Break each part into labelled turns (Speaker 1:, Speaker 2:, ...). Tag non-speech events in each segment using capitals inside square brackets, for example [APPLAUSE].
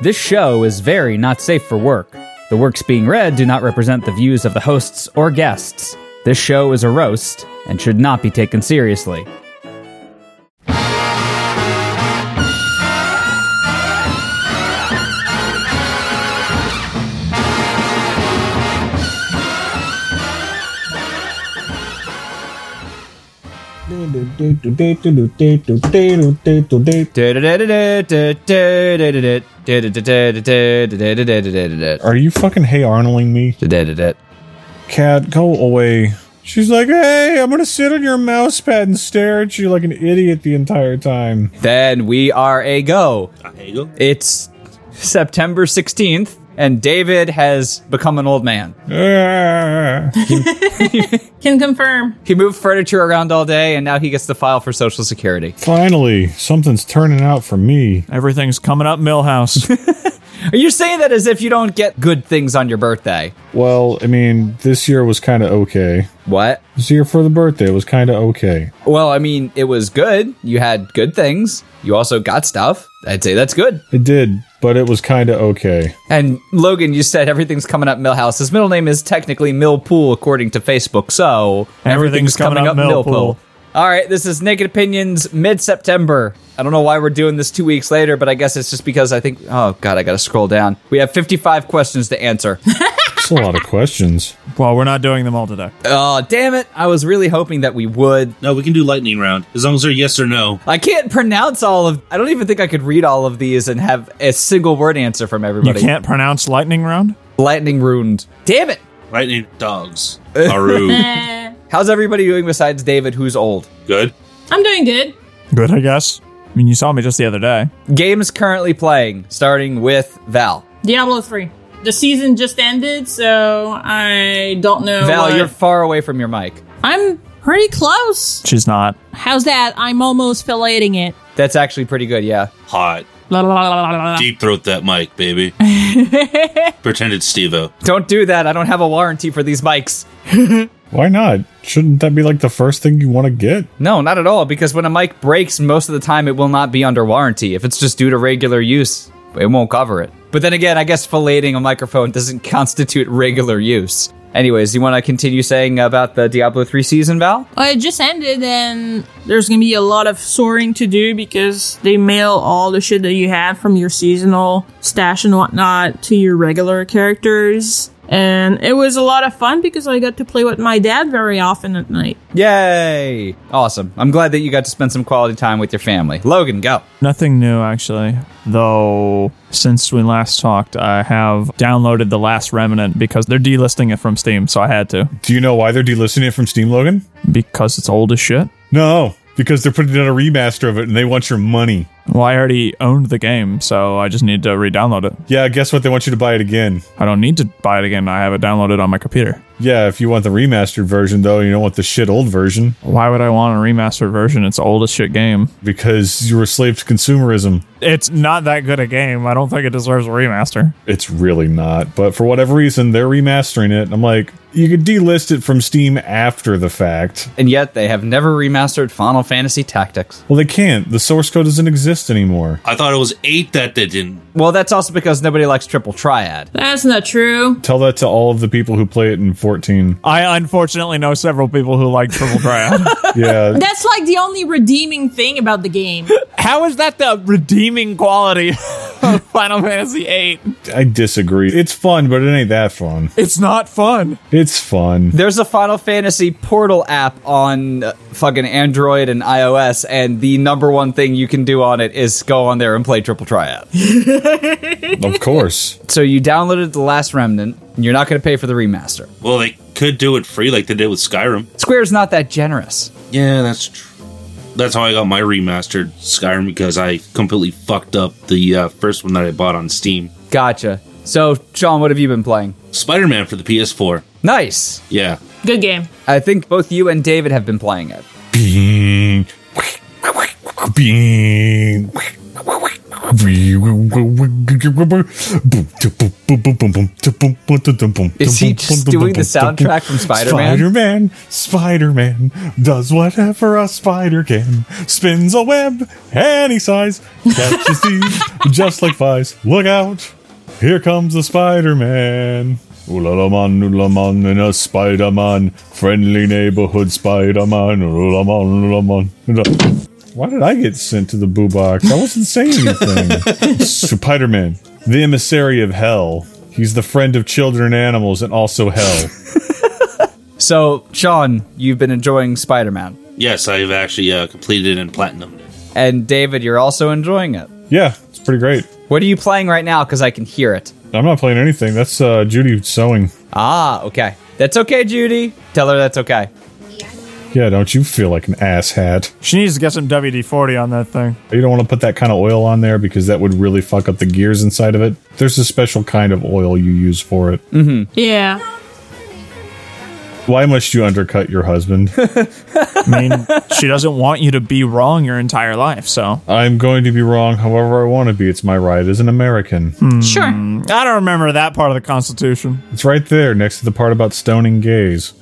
Speaker 1: This show is very not safe for work. The works being read do not represent the views of the hosts or guests. This show is a roast and should not be taken seriously.
Speaker 2: Are you fucking hey Arnolding me? Cat, go away. She's like, hey, I'm gonna sit on your mouse pad and stare at you like an idiot the entire time.
Speaker 1: Then we are a go.
Speaker 3: There you go.
Speaker 1: It's September 16th, and David has become an old man.
Speaker 2: Ah.
Speaker 4: Can confirm. [LAUGHS]
Speaker 1: He moved furniture around all day, and now he gets to file for Social Security.
Speaker 2: Finally, something's turning out for me.
Speaker 5: Everything's coming up, [LAUGHS] Millhouse.
Speaker 1: Are you saying that as if you don't get good things on your birthday?
Speaker 2: Well, I mean, this year was kind of okay.
Speaker 1: What?
Speaker 2: This year for the birthday was kind of okay.
Speaker 1: Well, I mean, it was good. You had good things. You also got stuff. I'd say that's good.
Speaker 2: It did, but it was kind of okay.
Speaker 1: And Logan, you said everything's coming up Millhouse. His middle name is technically Millpool, according to Facebook. So
Speaker 5: Everything's coming up Millpool.
Speaker 1: All right, this is Naked Opinions mid September. I don't know why we're doing this two weeks later, but I guess it's just because I think, oh God, I got to scroll down. We have 55 questions to answer. [LAUGHS]
Speaker 2: That's a lot of questions.
Speaker 5: well, we're not doing them all today.
Speaker 1: oh, damn it. I was really hoping that we would.
Speaker 3: No, we can do lightning round as long as they're yes or no.
Speaker 1: I can't pronounce all of. I don't even think I could read all of these and have a single word answer from
Speaker 5: You
Speaker 1: everybody.
Speaker 5: can't pronounce lightning round?
Speaker 1: Lightning ruined. Damn it!
Speaker 3: Lightning dogs.
Speaker 4: [LAUGHS]
Speaker 3: Aru.
Speaker 4: Eh,
Speaker 1: How's everybody doing besides David, who's old?
Speaker 3: Good.
Speaker 4: I'm doing good.
Speaker 5: Good, I guess. I mean, you saw me just the other day.
Speaker 1: Games currently playing, starting with Val.
Speaker 4: Diablo 3. The season just ended, so I don't know.
Speaker 1: Val,
Speaker 4: what-
Speaker 1: you're far away from your mic.
Speaker 4: I'm pretty close.
Speaker 5: She's not.
Speaker 4: How's that? I'm almost filleting it.
Speaker 1: That's actually pretty good, yeah.
Speaker 3: Hot.
Speaker 4: La, la, la, la, la, la.
Speaker 3: Deep throat that mic, baby. Pretend it's Steve O.
Speaker 1: Don't do that. I don't have a warranty for these mics.
Speaker 2: Why not? Shouldn't that be like the first thing you want to get?
Speaker 1: No, not at all, because when a mic breaks, most of the time it will not be under warranty. If it's just due to regular use, it won't cover it. But then again, I guess filleting a microphone [LAUGHS] doesn't constitute regular use. Anyways, you want to continue saying about the Diablo 3 season, Val?
Speaker 4: Well, it just ended, and there's gonna be a lot of soaring to do because they mail all the shit that you had from your seasonal stash and whatnot to your regular characters. And it was a lot of fun because I got to play with my dad very often at night.
Speaker 1: Yay! Awesome. I'm glad that you got to spend some quality time with your family. Logan, go.
Speaker 5: Nothing new, actually. Though, since we last talked, I have downloaded The Last Remnant because they're delisting it from Steam, so I had to.
Speaker 2: Do you know why they're delisting it from Steam, Logan?
Speaker 5: Because it's old as shit.
Speaker 2: No, because they're putting out a remaster of it and they want your money.
Speaker 5: Well, I already owned the game, so I just need to re download it.
Speaker 2: Yeah, guess what? They want you to buy it again.
Speaker 5: I don't need to buy it again. I have it downloaded on my computer.
Speaker 2: Yeah, if you want the remastered version, though, you don't want the shit old version
Speaker 5: Why would I want a remastered version? It's old as shit game.
Speaker 2: because you were slave to consumerism.
Speaker 5: It's not that good a game. I don't think it deserves a remaster.
Speaker 2: It's really not. But for whatever reason, they're remastering it. And I'm like, you could delist it from Steam after the fact.
Speaker 1: And yet they have never remastered Final Fantasy Tactics.
Speaker 2: Well, they can't. The source code doesn't exist anymore.
Speaker 3: I thought it was eight that they didn't.
Speaker 1: Well, that's also because nobody likes Triple Triad.
Speaker 4: That's not true.
Speaker 2: Tell that to all of the people who play it in 14.
Speaker 5: I unfortunately know several people who like Triple Triad.
Speaker 2: Yeah.
Speaker 4: That's like the only redeeming thing about the game.
Speaker 5: How is that the redeeming quality [LAUGHS] of Final Fantasy VIII?
Speaker 2: I disagree. It's fun, but it ain't that fun.
Speaker 5: It's not fun.
Speaker 2: It's fun.
Speaker 1: There's a Final Fantasy Portal app on uh, fucking Android and iOS, and the number one thing you can do on it is go on there and play Triple Triad.
Speaker 2: Of course.
Speaker 1: so you downloaded The Last Remnant, and you're not going to pay for the remaster.
Speaker 3: Well, they could do it free like they did with Skyrim.
Speaker 1: Square's not that generous.
Speaker 3: Yeah, that's true. That's how I got my remastered Skyrim because I completely fucked up the uh, first one that I bought on Steam.
Speaker 1: Gotcha. So, Sean, what have you been playing?
Speaker 3: Spider Man for the PS4.
Speaker 1: Nice.
Speaker 3: Yeah.
Speaker 4: [LAUGHS] Good game.
Speaker 1: I think both you and David have been playing it.
Speaker 2: Bean. Bean. Is
Speaker 1: Is he just doing the soundtrack from Spider-Man?
Speaker 2: Spider-Man, Spider-Man does whatever a spider can. Spins a web any size, catches thieves just like flies. Look out! Here comes the Spider-Man. Ulalaman, ulaman, and a Spider-Man. Friendly neighborhood Spider-Man. Ulalaman, ulaman. Why did I get sent to the boo box? I wasn't saying anything. Spider Man, the emissary of hell. He's the friend of children and animals and also hell.
Speaker 1: So, Sean, you've been enjoying Spider-Man,
Speaker 3: Yes, I've actually uh, completed and platinumed it.
Speaker 1: and David, you're also enjoying it.
Speaker 2: yeah, it's pretty great.
Speaker 1: What are you playing right now? Because I can hear it.
Speaker 2: I'm not playing anything. That's uh, Judy sewing.
Speaker 1: Ah, okay. That's okay, Judy. Tell her that's okay.
Speaker 2: Yeah, don't you feel like an asshat?
Speaker 5: She needs to get some WD 40 on that thing.
Speaker 2: You don't want to put that kind of oil on there because that would really fuck up the gears inside of it. There's a special kind of oil you use for it.
Speaker 4: Yeah.
Speaker 2: Why must you undercut your husband?
Speaker 5: I [LAUGHS] mean, she doesn't want you to be wrong your entire life, so.
Speaker 2: I'm going to be wrong however I want to be. It's my right as an American.
Speaker 4: Sure.
Speaker 5: I don't remember that part of the Constitution.
Speaker 2: It's right there next to the part about stoning gays.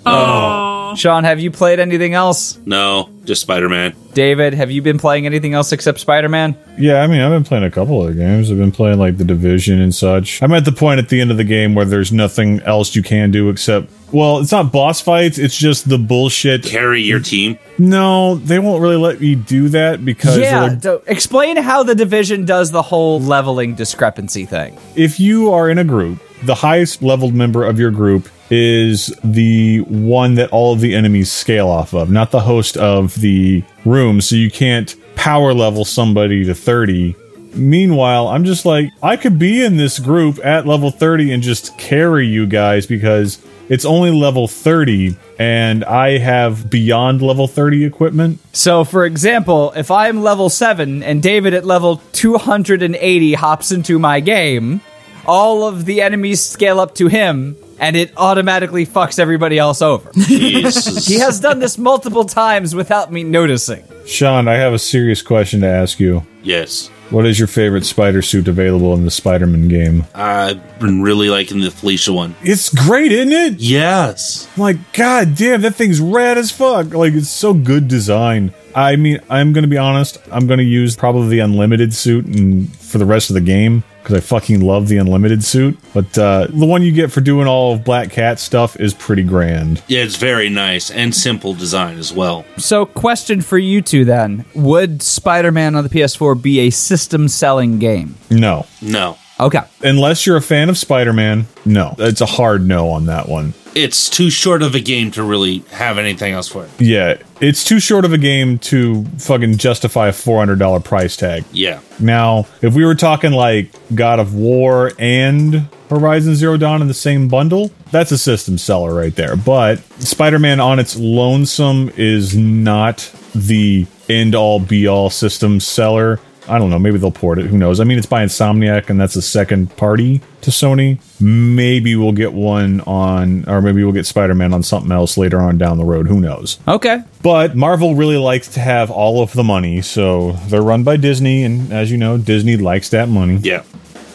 Speaker 1: Sean, have you played anything else?
Speaker 3: No, just Spider Man.
Speaker 1: David, have you been playing anything else except Spider-Man?
Speaker 2: Yeah, I mean, I've been playing a couple other games. I've been playing like The Division and such. I'm at the point at the end of the game where there's nothing else you can do except, well, it's not boss fights. It's just the bullshit.
Speaker 3: Carry your team.
Speaker 2: No, they won't really let you do that because they're
Speaker 1: Yeah.
Speaker 2: like,
Speaker 1: so explain how the division does the whole leveling discrepancy thing.
Speaker 2: if you are in a group, the highest leveled member of your group is the one that all of the enemies scale off of, not the host of the room. So you can't power level somebody to 30. Meanwhile, I'm just like, I could be in this group at level 30 and just carry you guys because it's only level 30 and I have beyond level 30 equipment.
Speaker 1: So, for example, if I'm level 7 and David at level 280 hops into my game, all of the enemies scale up to him and it automatically fucks everybody else over.
Speaker 3: Jesus.
Speaker 1: he has done this multiple times without me noticing.
Speaker 2: Sean, I have a serious question to ask you.
Speaker 3: Yes.
Speaker 2: What is your favorite spider suit available in the Spider Man game?
Speaker 3: I've been really liking the Felicia one.
Speaker 2: It's great, isn't it?
Speaker 3: Yes.
Speaker 2: I'm like, god damn, that thing's rad as fuck. Like, it's so good design. I mean, I'm gonna be honest. I'm gonna use probably the unlimited suit and for the rest of the game because I fucking love the unlimited suit. But uh, the one you get for doing all of Black Cat stuff is pretty grand.
Speaker 3: Yeah, it's very nice and simple design as well.
Speaker 1: So, question for you two then Would Spider Man on the PS4 be a system selling game?
Speaker 2: No,
Speaker 3: No.
Speaker 1: Okay.
Speaker 2: unless you're a fan of Spider-Man, no, it's a hard no on that one.
Speaker 3: It's too short of a game to really have anything else for it.
Speaker 2: Yeah, it's too short of a game to fucking justify a four hundred dollar price tag.
Speaker 3: Yeah.
Speaker 2: Now, if we were talking like God of War and Horizon Zero Dawn in the same bundle, that's a system seller right there. But Spider Man on its lonesome is not the end all be all system seller. I don't know. Maybe they'll port it. Who knows? I mean, it's by Insomniac, and that's a second party to Sony. Maybe we'll get one on, or maybe we'll get Spider Man on something else later on down the road. Who knows?
Speaker 1: Okay.
Speaker 2: But Marvel really likes to have all of the money, so they're run by Disney, and as you know, Disney likes that money.
Speaker 3: Yeah.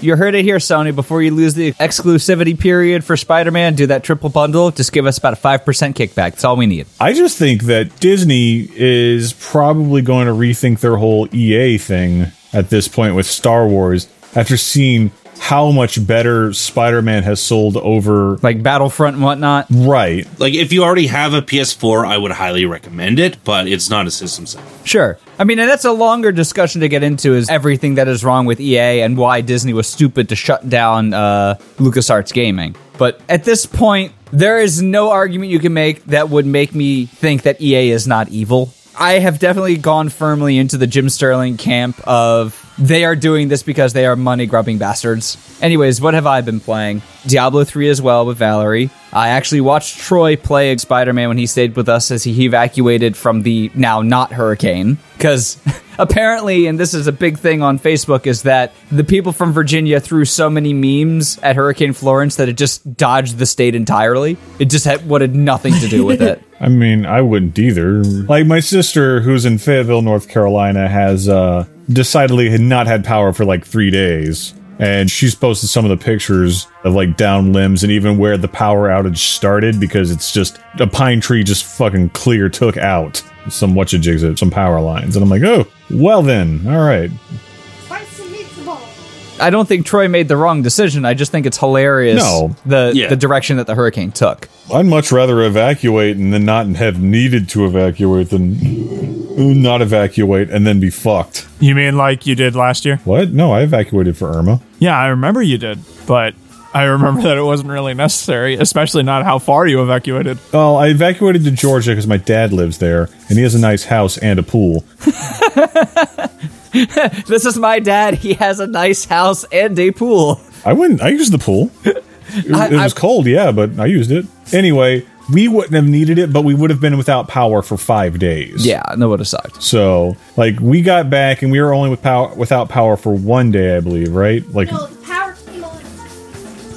Speaker 1: You heard it here, Sony. Before you lose the exclusivity period for Spider Man, do that triple bundle. Just give us about a 5% kickback. That's all we need.
Speaker 2: I just think that Disney is probably going to rethink their whole EA thing at this point with Star Wars after seeing how much better Spider Man has sold over.
Speaker 1: Like Battlefront and whatnot.
Speaker 2: Right.
Speaker 3: Like, if you already have a PS4, I would highly recommend it, but it's not a system seller.
Speaker 1: Sure. I mean, and that's a longer discussion to get into is everything that is wrong with EA and why Disney was stupid to shut down uh, LucasArts Gaming. But at this point, there is no argument you can make that would make me think that EA is not evil. I have definitely gone firmly into the Jim Sterling camp of they are doing this because they are money grubbing bastards. Anyways, what have I been playing? Diablo 3 as well with Valerie. I actually watched Troy play Spider Man when he stayed with us as he evacuated from the now not hurricane. Because [LAUGHS] apparently, and this is a big thing on Facebook, is that the people from Virginia threw so many memes at Hurricane Florence that it just dodged the state entirely. It just had wanted nothing to do with it.
Speaker 2: I mean, I wouldn't either. Like my sister, who's in Fayetteville, North Carolina, has uh, decidedly had not had power for like three days. And she's posted some of the pictures of like down limbs and even where the power outage started because it's just a pine tree just fucking clear took out some whatchajigs, uh, some power lines. And I'm like, oh, well then, all right.
Speaker 1: I don't think Troy made the wrong decision. I just think it's hilarious
Speaker 2: No.
Speaker 1: the
Speaker 3: Yeah.
Speaker 1: the direction that the hurricane took.
Speaker 2: I'd much rather evacuate and then not have needed to evacuate than uh, not evacuate and then be fucked.
Speaker 5: You mean like you did last year?
Speaker 2: What? No, I evacuated for Irma.
Speaker 5: Yeah, I remember you did, but I remember that it wasn't really necessary, especially not how far you evacuated.
Speaker 2: Well, I evacuated to Georgia because my dad lives there, and he has a nice house and a pool.
Speaker 1: This is my dad. He has a nice house and a pool.
Speaker 2: I wouldn't. I used
Speaker 1: [LAUGHS]
Speaker 2: the pool. It,
Speaker 1: I-
Speaker 2: it was
Speaker 1: I-
Speaker 2: cold, yeah, but I used it anyway. We wouldn't have needed it, but we would have been without power for five days.
Speaker 1: Yeah, that would have sucked.
Speaker 2: So, like, we got back and we were only with power without power for one day, I believe, right? Like,
Speaker 6: No, the power came on.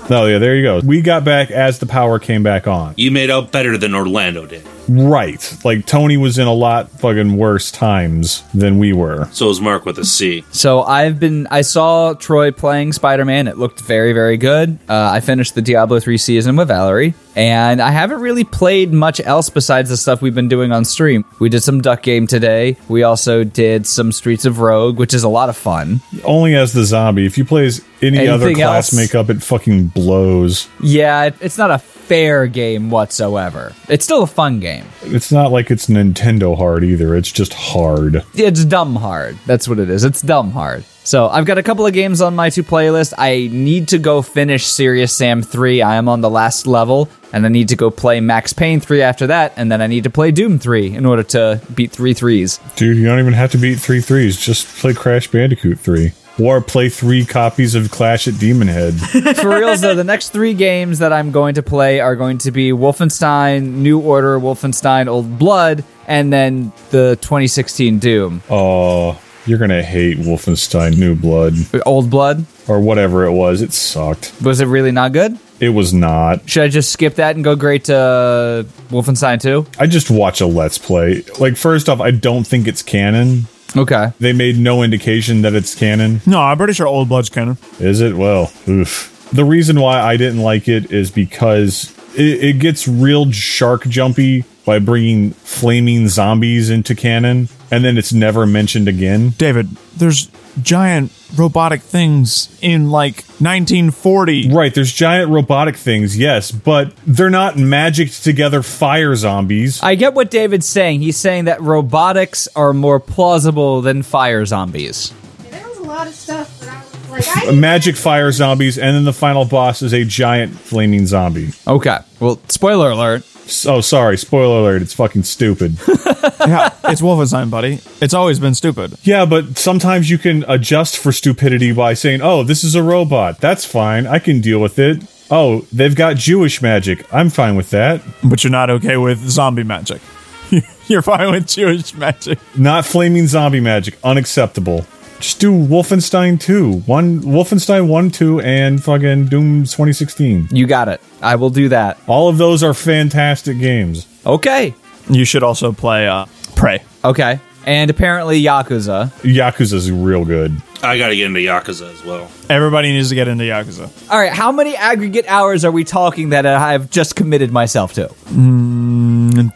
Speaker 2: no, yeah, there you go. We got back as the power came back on.
Speaker 3: You made out better than Orlando did.
Speaker 2: Right. Like, Tony was in a lot fucking worse times than we were.
Speaker 3: So is Mark with a C.
Speaker 1: So I've been. I saw Troy playing Spider Man. It looked very, very good. Uh, I finished the Diablo three season with Valerie, and I haven't really played much else besides the stuff we've been doing on stream. We did some Duck Game today. We also did some Streets of Rogue, which is a lot of fun.
Speaker 2: Only as the zombie. If you play as any other
Speaker 1: Anything
Speaker 2: class
Speaker 1: else?
Speaker 2: makeup, it fucking blows.
Speaker 1: Yeah, it, it's not a fair game whatsoever. It's still a fun game.
Speaker 2: It's not like it's Nintendo hard either. It's just hard.
Speaker 1: it's dumb hard. That's what it is. It's dumb hard. So I've got a couple of games on my to playlist. I need to go finish Serious Sam 3. I am on the last level, and I need to go play Max Payne 3 after that, and then I need to play Doom 3 in order to beat three threes.
Speaker 2: Dude, you don't even have to beat three threes. Just play Crash Bandicoot 3. Or play three copies of Clash at
Speaker 1: [LAUGHS]
Speaker 2: Demon Head.
Speaker 1: For reals though, the next three games that I'm going to play are going to be Wolfenstein, New Order, Wolfenstein, Old Blood, and then the 2016 Doom.
Speaker 2: oh, you're going to hate Wolfenstein New Blood
Speaker 1: Old Blood?
Speaker 2: or whatever it was. It sucked.
Speaker 1: Was it really not good?
Speaker 2: It was not.
Speaker 1: Should I just skip that and go great to Wolfenstein 2?
Speaker 2: I just watch a Let's Play. Like, first off, I don't think it's canon.
Speaker 1: Okay.
Speaker 2: They made no indication that it's canon.
Speaker 5: No, I'm pretty sure Old Blood's canon.
Speaker 2: Is it? Well, oof. The reason why I didn't like it is because it, it gets real shark jumpy by bringing flaming zombies into canon, and then it's never mentioned again.
Speaker 5: David, there's giant robotic things in like 1940.
Speaker 2: [LAUGHS] Right, there's giant robotic things, yes, but they're not magicked together fire zombies.
Speaker 1: I get what David's saying. He's saying that robotics are more plausible than fire zombies.
Speaker 6: There was a lot of stuff that I was like, I
Speaker 2: Magic fire zombies, and then the final boss is a giant flaming zombie.
Speaker 1: Okay. Well, spoiler alert.
Speaker 2: S- Oh, sorry, spoiler alert, it's fucking stupid.
Speaker 5: yeah, it's Wolfenstein, buddy. It's always been stupid.
Speaker 2: Yeah, but sometimes you can adjust for stupidity by saying, "Oh, this is a robot. That's fine. I can deal with it." Oh, they've got Jewish magic. I'm fine with that.
Speaker 5: But you're not okay with zombie magic. [LAUGHS] you're fine with Jewish magic.
Speaker 2: Not flaming zombie magic. Unacceptable. Just do Wolfenstein 2. One Wolfenstein 1, 2 and fucking Doom 2016.
Speaker 1: You got it. I will do that.
Speaker 2: All of those are fantastic games.
Speaker 1: Okay.
Speaker 5: You should also play uh, Prey.
Speaker 1: Okay. And apparently Yakuza.
Speaker 2: Yakuza's real good.
Speaker 3: I gotta get into Yakuza as well.
Speaker 5: Everybody needs to get into Yakuza.
Speaker 1: All right, how many aggregate hours are we talking that I've just committed myself to?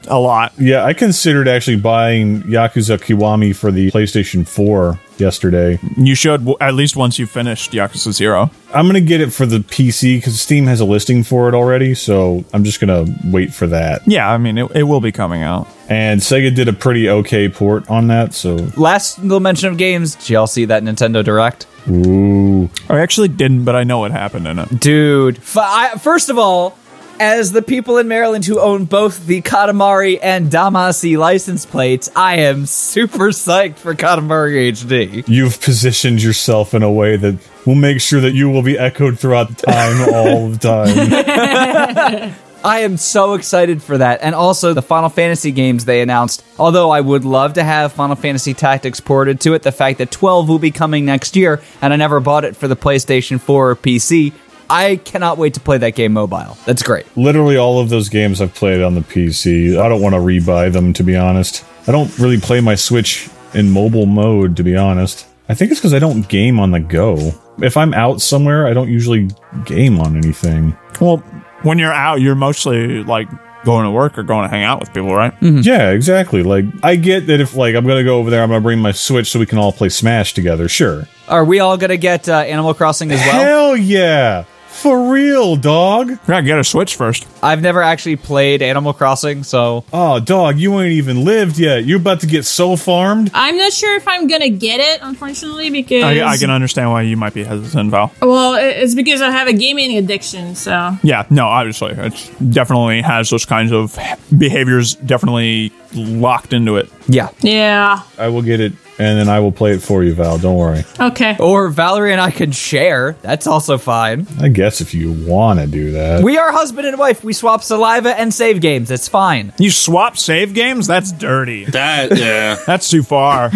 Speaker 5: A lot.
Speaker 2: Yeah, I considered actually buying Yakuza Kiwami for the PlayStation 4 yesterday.
Speaker 5: You should, w- at least once you've finished Yakuza Zero.
Speaker 2: I'm gonna get it for the PC because Steam has a listing for it already, so I'm just gonna wait for that.
Speaker 5: Yeah, I mean, it, it will be coming out.
Speaker 2: And Sega did a pretty okay port on that, so
Speaker 1: Last little mention of games, did y'all see that Nintendo Direct?
Speaker 2: ooh,
Speaker 5: I actually didn't, but I know what happened in it.
Speaker 1: Dude, f- I, first of all, as the people in Maryland who own both the Katamari and Damacy license plates, I am super psyched for Katamari HD.
Speaker 2: you've positioned yourself in a way that will make sure that you will be echoed throughout the time all the time.
Speaker 1: I am so excited for that. And also the Final Fantasy games they announced. Although I would love to have Final Fantasy Tactics ported to it, the fact that 12 will be coming next year and I never bought it for the PlayStation 4 or PC, I cannot wait to play that game mobile. That's great.
Speaker 2: Literally all of those games I've played on the PC. I don't want to rebuy them to be honest. I don't really play my Switch in mobile mode to be honest. I think it's because I don't game on the go. If I'm out somewhere, I don't usually game on anything.
Speaker 5: Well, when you're out, you're mostly like going to work or going to hang out with people, right?
Speaker 1: Hmm.
Speaker 2: Yeah, exactly. Like I get that if like I'm gonna go over there, I'm gonna bring my Switch so we can all play Smash together. Sure.
Speaker 1: Are we all gonna get uh, Animal Crossing as well?
Speaker 2: Hell yeah. For real, dog.
Speaker 5: Yeah, get a Switch first.
Speaker 1: I've never actually played Animal Crossing, so
Speaker 2: Oh, dog, you ain't even lived yet. You're about to get so farmed.
Speaker 4: I'm not sure if I'm gonna get it, unfortunately, because
Speaker 5: I, I can uh, understand why you might be hesitant, Val.
Speaker 4: well, it- it's because I have a gaming addiction. So
Speaker 5: Yeah, no, obviously, it definitely has those kinds of behaviors definitely locked into it.
Speaker 1: yeah.
Speaker 4: yeah,
Speaker 2: I will get it and then I will play it for you, Val. Don't worry.
Speaker 4: okay.
Speaker 5: Oh.
Speaker 1: Or Valerie and I could share. That's also fine.
Speaker 2: I guess if you wanna do that.
Speaker 1: We are husband and wife. We swap saliva and save games. It's fine.
Speaker 5: You swap save games? That's dirty.
Speaker 3: That [LAUGHS] yeah.
Speaker 5: That's too far.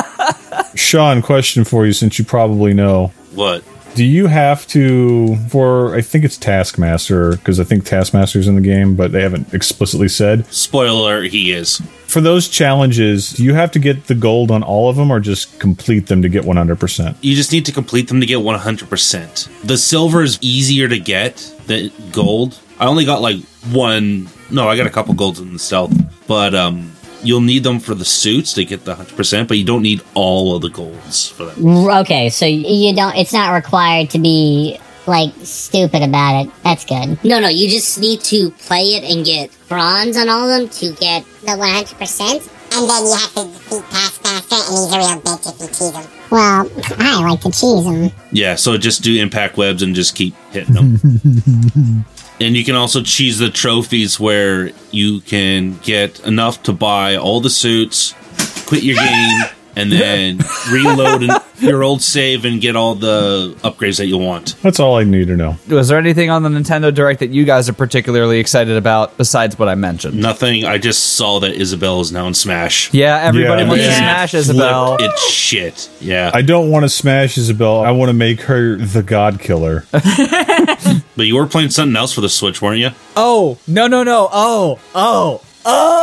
Speaker 5: [LAUGHS]
Speaker 2: Sean, question for you since you probably know.
Speaker 3: what?
Speaker 2: Do you have to, for I think it's Taskmaster, because I think Taskmaster's in the game, but they haven't explicitly said.
Speaker 3: Spoiler: alert, He is.
Speaker 2: For those challenges, do you have to get the gold on all of them or just complete them to get 100%?
Speaker 3: You just need to complete them to get 100%. The silver is easier to get than gold. I only got like one. No, I got a couple golds in the stealth, but um, you'll need them for the suits to get the 100%, but you don't need all of the golds for that.
Speaker 7: Okay, so
Speaker 8: you don't it's not required to be like stupid about it that's good
Speaker 7: no, no, you just need to play it and get bronze on all of them to get.
Speaker 8: the 100% and then you have to defeat taskmaster and he's a real bitch if you cheese him well i like to cheese him
Speaker 3: Yeah, so just do impact webs and just keep hitting them. and you can also choose the trophies where you can get enough to buy all the suits, quit your game, and then reload an, your old save and get all the upgrades that you want.
Speaker 2: That's all I need to know.
Speaker 1: Was there anything on the Nintendo Direct that you guys are particularly excited about besides what I mentioned?
Speaker 3: Nothing. I just saw that Isabelle is now in Smash.
Speaker 1: Yeah, everybody
Speaker 2: Yeah,
Speaker 1: wants to
Speaker 4: man.
Speaker 1: smash
Speaker 3: Flipped
Speaker 1: Isabel.
Speaker 3: It's shit. Yeah.
Speaker 2: I don't want to smash Isabel. I want to make her the God Killer.
Speaker 3: but you were playing something else for the Switch, weren't you?
Speaker 1: Oh, no, no, no. Oh, oh.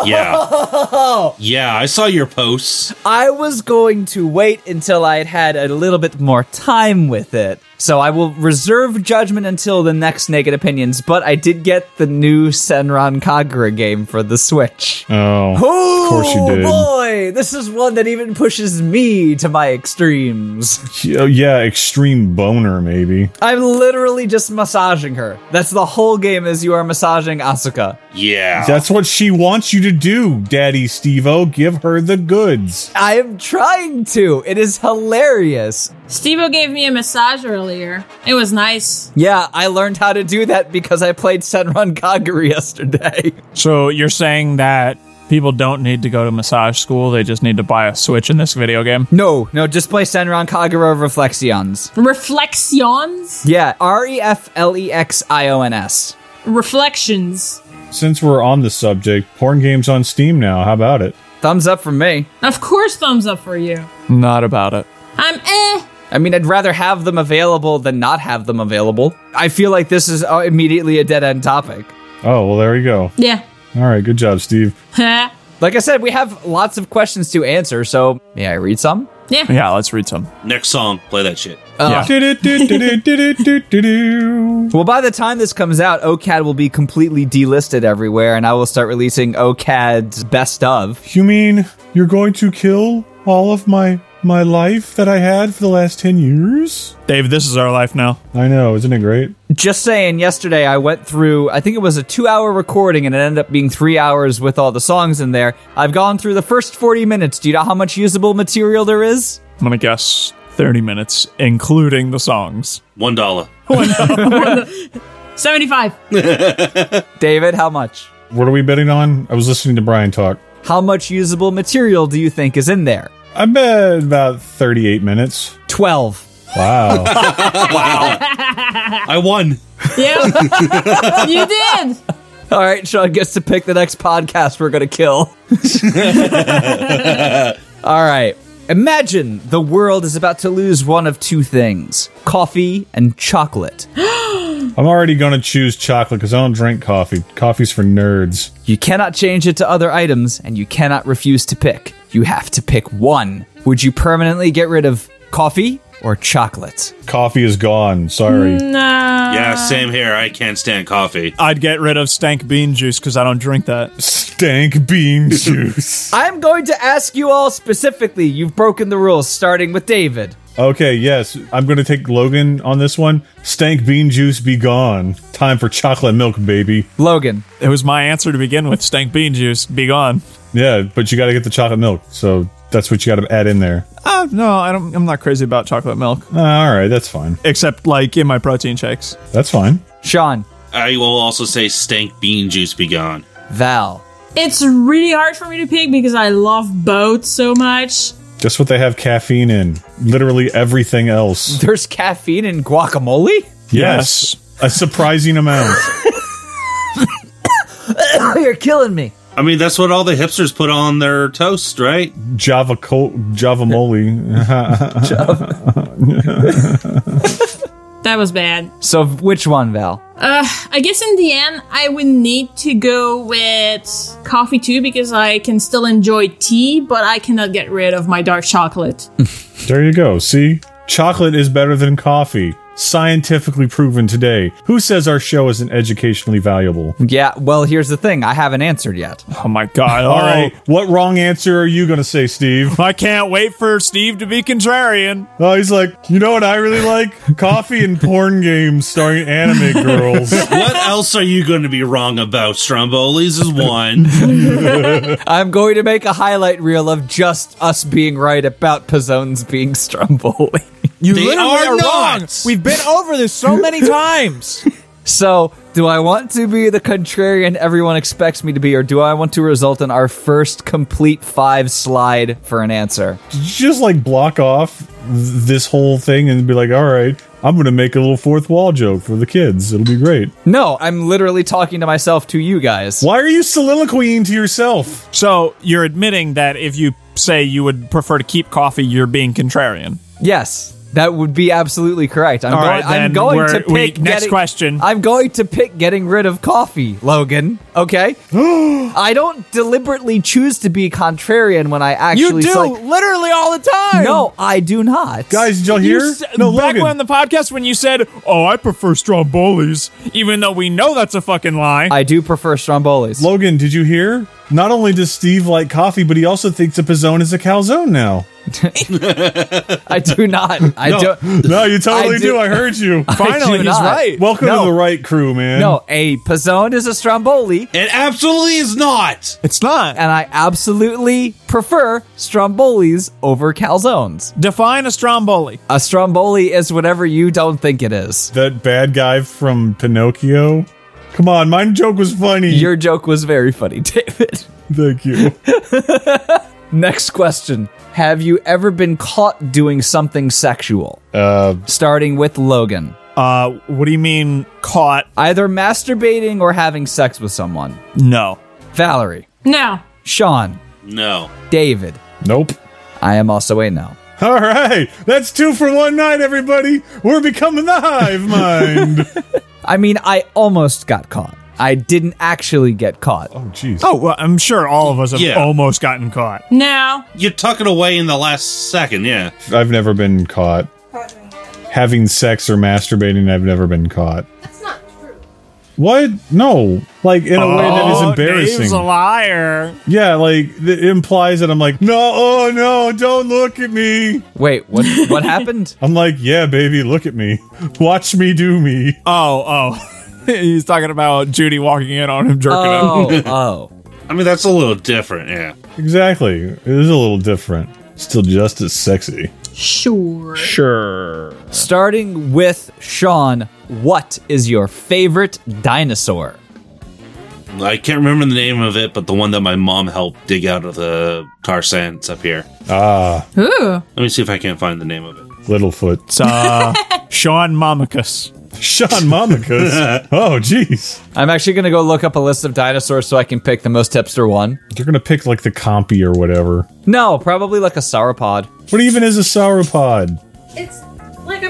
Speaker 3: Yeah. yeah, I saw your posts.
Speaker 1: I was going to wait until I had had a little bit more time with it. So I will reserve judgment until the next Naked Opinions, but I did get the new Senran Kagura game for the Switch.
Speaker 2: Oh.
Speaker 1: Oh,
Speaker 2: course you did.
Speaker 1: boy! This is one that even pushes me to my extremes.
Speaker 2: Oh, yeah, extreme boner, maybe.
Speaker 1: I'm literally just massaging her. That's the whole game is you are massaging Asuka.
Speaker 3: Yeah.
Speaker 2: That's what she wants you to do, Daddy Stevo. Give her the goods.
Speaker 1: I am trying to. It is hilarious.
Speaker 4: Stevo gave me a massage earlier. It was nice.
Speaker 1: Yeah, I learned how to do that because I played Senran Kagura [LAUGHS] yesterday.
Speaker 5: So you're saying that people don't need to go to massage school; they just need to buy a Switch in this video game.
Speaker 1: No, no, just play Senran Kagura Reflexions.
Speaker 4: Reflections?
Speaker 1: Yeah, R E F L E X I O N S.
Speaker 4: Reflections.
Speaker 2: Since we're on the subject, porn games on Steam now. How about it?
Speaker 1: Thumbs up from me.
Speaker 4: Of course, thumbs up for you.
Speaker 5: Not about it.
Speaker 4: I'm eh.
Speaker 1: I mean, I'd rather have them available than not have them available. I feel like this is uh, immediately a dead end topic.
Speaker 2: Oh, well, there you go.
Speaker 4: Yeah. [LAUGHS]
Speaker 2: All right, good job, Steve.
Speaker 4: Huh.
Speaker 1: Like I said, we have lots of questions to answer, so may I read some?
Speaker 5: Yeah, let's read some.
Speaker 3: Next song, play that shit.
Speaker 5: yeah.
Speaker 2: Do-do-do-do-do-do-do.
Speaker 1: Well, by the time this comes out, OCAD will be completely delisted everywhere, and I will start releasing OCAD's best of.
Speaker 2: You mean you're going to kill all of my my life that I had for the last 10 years?
Speaker 5: Dave, this is our life now.
Speaker 2: I know, isn't it great?
Speaker 1: Just saying, yesterday I went through, I think it was a two hour recording, and it ended up being three hours with all the songs in there. I've gone through the first 40 minutes. Do you know how much usable material there is?
Speaker 5: I'm gonna guess 30 minutes, including the songs.
Speaker 3: One dollar.
Speaker 4: 75.
Speaker 1: David, how much?
Speaker 2: What are we betting on? I was listening to Brian talk.
Speaker 1: How much usable material do you think is in there?
Speaker 2: I bet about 38 minutes.
Speaker 1: 12.
Speaker 2: Wow.
Speaker 3: I won.
Speaker 4: Yeah. [LAUGHS] you did.
Speaker 1: All right, Sean gets to pick the next podcast we're going to kill. [LAUGHS] All right. Imagine the world is about to lose one of two things coffee and chocolate.
Speaker 2: I'm already going to choose chocolate because I don't drink coffee. Coffee's for nerds.
Speaker 1: You cannot change it to other items, and you cannot refuse to pick. You have to pick one. Would you permanently get rid of Coffee or chocolate?
Speaker 2: Coffee is gone. Sorry.
Speaker 4: Nah.
Speaker 3: Yeah, same here. I can't stand coffee.
Speaker 5: I'd get rid of stank bean juice because I don't drink that.
Speaker 2: Stank
Speaker 1: [LAUGHS]
Speaker 2: bean juice.
Speaker 1: I'm going to ask you all specifically. You've broken the rules, starting with David.
Speaker 2: okay, yes. I'm going to take Logan on this one. Stank bean juice be gone. Time for chocolate milk, baby.
Speaker 1: Logan.
Speaker 5: It was my answer to begin with. Stank bean juice, be gone.
Speaker 2: Yeah, but you got to get the chocolate milk. So that's what you got to add in there.
Speaker 5: Oh no, I don't. I'm not crazy about chocolate milk,
Speaker 2: Uh, all right, that's fine.
Speaker 5: except like in my protein shakes.
Speaker 2: That's fine.
Speaker 1: Sean.
Speaker 3: I will also say stank bean juice be gone.
Speaker 1: Val.
Speaker 4: It's really hard for me to pick because I love both so much.
Speaker 2: Just what they have caffeine in. Literally everything else.
Speaker 1: There's caffeine in [LAUGHS] guacamole?
Speaker 2: Yes. A surprising amount.
Speaker 1: Oh, You're killing me.
Speaker 3: I mean, that's what all the hipsters put on their toast, right?
Speaker 2: Java col- Java moly. Uh-huh.
Speaker 4: That was bad.
Speaker 1: So, which one, Val?
Speaker 4: I guess in the end, I would need to go with coffee too because I can still enjoy tea, but I cannot get rid of my dark chocolate.
Speaker 2: There you go. See? Chocolate is better than coffee. Scientifically proven today. Who says our show isn't educationally valuable?
Speaker 1: Yeah, well, here's the thing. I haven't answered yet.
Speaker 5: Oh my god!
Speaker 2: All right. What wrong answer are you going to say, Steve?
Speaker 5: I can't wait for Steve to be contrarian.
Speaker 2: Oh, he's like, you know what I really like? Coffee and porn games starring anime [LAUGHS] girls.
Speaker 3: [LAUGHS] What else are you going to be wrong about? Stromboli's is one. [LAUGHS]
Speaker 1: I'm going to make a highlight reel of just us being right about Pizzones being [LAUGHS] Stromboli.
Speaker 5: You
Speaker 3: They
Speaker 5: literally are,
Speaker 3: are
Speaker 5: wrong.
Speaker 3: not.
Speaker 5: We've been over this so [LAUGHS] many times.
Speaker 1: So, do I want to be the contrarian everyone expects me to be, or do I want to result in our first complete five slide for an answer?
Speaker 2: Did you just like block off th- this whole thing and be like, all right, I'm going to make a little fourth wall joke for the kids. It'll be great.
Speaker 1: No, I'm literally talking to myself, to you guys.
Speaker 2: Why are you soliloquying to yourself?
Speaker 5: so you're admitting that if you say you would prefer to keep coffee, you're being contrarian.
Speaker 1: Yes, that would be absolutely correct. I'm
Speaker 5: All
Speaker 1: going,
Speaker 5: right,
Speaker 1: I'm
Speaker 5: then
Speaker 1: going
Speaker 5: we're-
Speaker 1: to pick
Speaker 5: we- next
Speaker 1: getting-
Speaker 5: question.
Speaker 1: I'm going to pick getting rid of coffee, Logan.
Speaker 5: [GASPS]
Speaker 1: Okay. I don't deliberately choose to be contrarian when I actually. it's like-
Speaker 5: literally all the time.
Speaker 1: no, I do not,
Speaker 2: Guys, did y'all
Speaker 5: You
Speaker 2: hear?
Speaker 5: s- uh, back when the podcast when you said, "Oh, I prefer Stromboli's," even though we know that's a fucking lie.
Speaker 1: I do prefer Stromboli's.
Speaker 2: Logan, did you hear? Not only does Steve like coffee, but he also thinks a pizzone is a
Speaker 1: [LAUGHS]
Speaker 2: calzone now.
Speaker 1: I do
Speaker 5: [LAUGHS]
Speaker 1: not. I don't.
Speaker 2: No, you
Speaker 1: [LAUGHS]
Speaker 2: totally
Speaker 1: I
Speaker 2: do.
Speaker 1: do-
Speaker 2: I heard you.
Speaker 1: do
Speaker 5: Finally, he's
Speaker 1: not.
Speaker 5: right.
Speaker 2: Welcome
Speaker 1: No.
Speaker 2: to the right crew, man.
Speaker 1: No, a pizzone is a Stromboli,
Speaker 3: It absolutely is not.
Speaker 5: it's not.
Speaker 1: and I absolutely prefer Strombolis over calzones.
Speaker 5: Define a Stromboli.
Speaker 1: A Stromboli is whatever you don't think it is.
Speaker 2: That bad guy from Pinocchio. Come on, my joke was funny.
Speaker 1: Your joke was very funny, [LAUGHS] David.
Speaker 2: Thank you.
Speaker 1: Next question. Have you ever been caught doing something sexual?
Speaker 2: Uh,
Speaker 1: Starting with Logan.
Speaker 5: Uh, what do you mean caught?
Speaker 1: Either masturbating or having sex with someone.
Speaker 5: No.
Speaker 1: Valerie,
Speaker 4: No.
Speaker 1: Sean,
Speaker 3: No.
Speaker 1: David.
Speaker 2: nope.
Speaker 1: I am also a no.
Speaker 2: All right, that's two for one night, everybody. We're becoming the hive mind.
Speaker 1: I mean, I almost got caught. I didn't actually get caught.
Speaker 2: oh, jeez.
Speaker 5: Oh, well, I'm sure all of us have
Speaker 3: Yeah.
Speaker 5: almost gotten caught.
Speaker 4: No.
Speaker 3: You tuck it away in the last second, yeah.
Speaker 2: I've never been caught having sex or masturbating. I've never been caught.
Speaker 6: That's not true.
Speaker 2: What? No. Like in a way that is embarrassing.
Speaker 5: Oh, Dave's a liar.
Speaker 2: Yeah, like it implies that I'm like, no, oh no, don't look at me.
Speaker 1: Wait, what what happened?
Speaker 2: I'm like, yeah, baby, look at me. Watch me do me.
Speaker 5: Oh, oh. [LAUGHS] he's talking about Judy walking in on him jerking him.
Speaker 1: Oh, oh.
Speaker 3: I mean, that's a little different, yeah.
Speaker 2: Exactly. It is a little different. Still just as sexy.
Speaker 4: Sure.
Speaker 5: Sure.
Speaker 1: Starting with Sean, what is your favorite dinosaur?
Speaker 3: I can't remember the name of it, but the one that my mom helped dig out of the tar sands up here.
Speaker 2: Ah,
Speaker 4: Ooh.
Speaker 3: Let me see if I can't find the name of it.
Speaker 2: Littlefoot.
Speaker 5: It's uh, Sean Momicus.
Speaker 2: Sean Mamakas. oh, jeez.
Speaker 1: I'm actually going to go look up a list of dinosaurs so I can pick the most hipster one.
Speaker 2: You're gonna pick like the compy or whatever.
Speaker 1: No, probably like a sauropod.
Speaker 2: What even is a sauropod?
Speaker 6: It's like a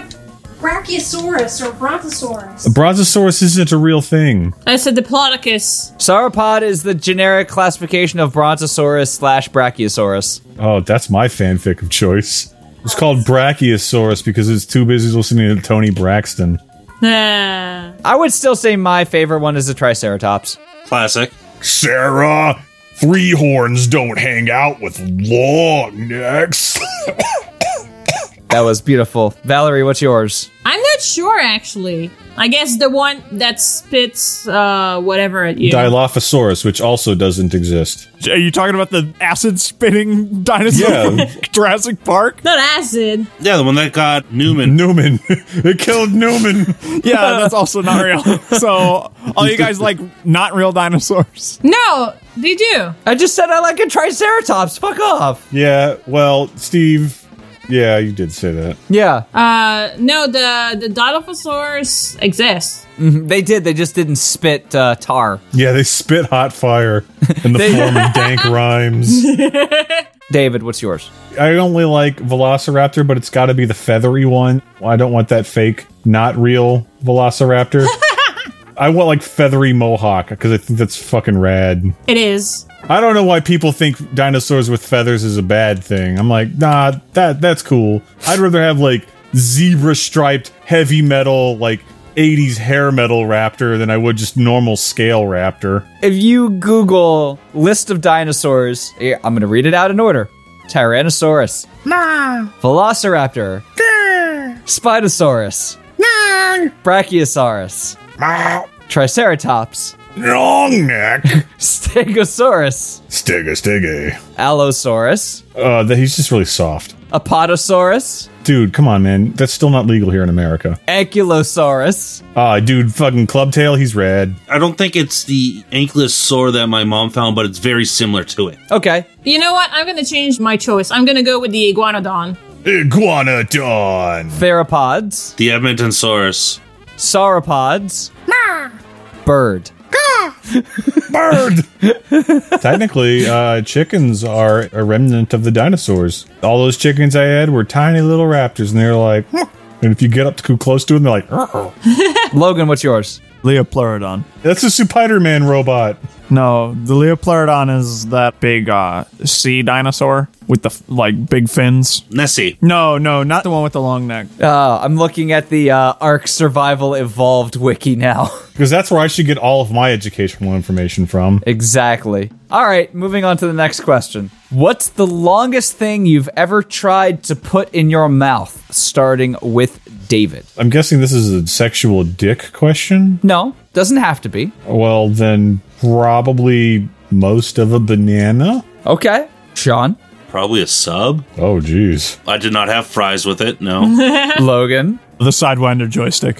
Speaker 6: Brachiosaurus or Brontosaurus.
Speaker 2: Brontosaurus isn't a real thing.
Speaker 4: I said Diplodocus.
Speaker 1: Sauropod is the generic classification of Brontosaurus slash Brachiosaurus.
Speaker 2: Oh, that's my fanfic of choice. It's called Brachiosaurus because it's too busy listening to Tony Braxton.
Speaker 4: Yeah.
Speaker 1: I would still say my favorite one is the Triceratops.
Speaker 3: Classic.
Speaker 2: Sarah, three horns don't hang out with long necks.
Speaker 1: That was beautiful. Valerie, what's yours?
Speaker 4: I'm not sure, actually. I guess the one that spits uh, whatever at you.
Speaker 2: Dilophosaurus, which also doesn't exist.
Speaker 5: Are you talking about the acid spitting dinosaur
Speaker 2: Yeah.
Speaker 5: from [LAUGHS] Jurassic Park?
Speaker 4: not acid.
Speaker 3: Yeah, the one that got Newman.
Speaker 2: Newman. [LAUGHS] it killed Newman. [LAUGHS]
Speaker 5: [LAUGHS] Yeah, that's also not real. [LAUGHS] So, all you guys like not real [LAUGHS] dinosaurs.
Speaker 4: No, they do.
Speaker 1: I just said I like a Triceratops. Fuck off.
Speaker 2: yeah, well, Steve. Yeah, you did say that.
Speaker 1: Yeah,
Speaker 4: Uh, no, the the Dilophosaurus exists.
Speaker 1: they did. They just didn't spit uh, tar.
Speaker 2: Yeah, they spit hot fire in the
Speaker 1: They-
Speaker 2: form of dank rhymes.
Speaker 1: David, what's yours?
Speaker 2: I only like Velociraptor, but it's got to be the feathery one. I don't want that fake, not real Velociraptor. I want like feathery mohawk because I think that's fucking rad.
Speaker 4: It is.
Speaker 2: I don't know why people think dinosaurs with feathers is a bad thing. I'm like, nah, that that's cool. I'd rather have like zebra striped heavy metal like 80s hair metal raptor than I would just normal scale raptor.
Speaker 1: If you Google list of dinosaurs, here, I'm going to read it out in order Tyrannosaurus, Velociraptor, Spinosaurus, Brachiosaurus, Triceratops,
Speaker 2: Long neck.
Speaker 1: Stegosaurus,
Speaker 2: Stiggy, stiggy.
Speaker 1: Allosaurus,
Speaker 2: Uh, that he's just really soft.
Speaker 1: Apatosaurus,
Speaker 2: Dude, come on, man. That's still not legal here in America.
Speaker 1: Ankylosaurus,
Speaker 2: Ah, dude, fucking Clubtail, he's rad.
Speaker 3: I don't think it's the ankless sore that my mom found, but it's very similar to it.
Speaker 1: Okay.
Speaker 4: You know what? I'm gonna change my choice. I'm gonna go with the Iguanodon.
Speaker 2: Iguanodon.
Speaker 1: Theropods,
Speaker 3: The Edmontonsaurus.
Speaker 1: sauropods, bird.
Speaker 2: Bird. Technically, uh, chickens are a remnant of the dinosaurs. All those chickens I had were tiny little raptors, and they're like, "Meow." and if you get up too close to them, they're like, "Meow."
Speaker 1: Logan, what's yours?
Speaker 5: Leopleurodon.
Speaker 2: that's a Spider Man robot.
Speaker 5: No, the Leopleurodon is that big uh, sea dinosaur with the f- like big fins.
Speaker 3: Nessie.
Speaker 5: No, no, not the one with the long neck.
Speaker 1: Uh, I'm looking at the uh, Ark Survival Evolved wiki now. [LAUGHS]
Speaker 2: Because that's where I should get all of my educational information from.
Speaker 1: exactly. All right, moving on to the next question. What's the longest thing you've ever tried to put in your mouth, starting with David?
Speaker 2: I'm guessing this is a sexual dick question.
Speaker 1: No, doesn't have to be.
Speaker 2: Well, then probably most of a banana.
Speaker 1: Okay. Sean,
Speaker 3: Probably a sub.
Speaker 2: Oh, jeez.
Speaker 3: I did not have fries with it. No.
Speaker 1: Logan,
Speaker 5: The Sidewinder joystick.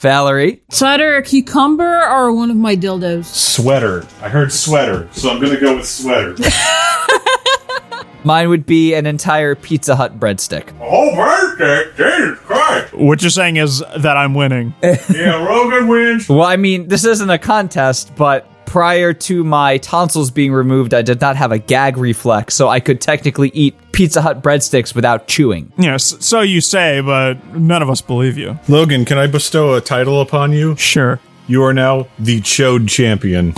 Speaker 1: Valerie,
Speaker 4: It's either a cucumber or one of my dildos.
Speaker 2: Sweater. I heard sweater, so I'm gonna go with sweater.
Speaker 1: mine would be an entire Pizza Hut breadstick.
Speaker 2: oh, birthday! Jesus Christ!
Speaker 5: What you're saying is that I'm winning.
Speaker 2: Yeah, Rogan wins.
Speaker 1: Well, I mean, this isn't a contest, but prior to my tonsils being removed, I did not have a gag reflex, so I could technically eat Pizza Hut breadsticks without chewing.
Speaker 5: You know, s- so you say, but none of us believe you.
Speaker 2: Logan, can I bestow a title upon you?
Speaker 5: Sure.
Speaker 2: You are now the Chode champion.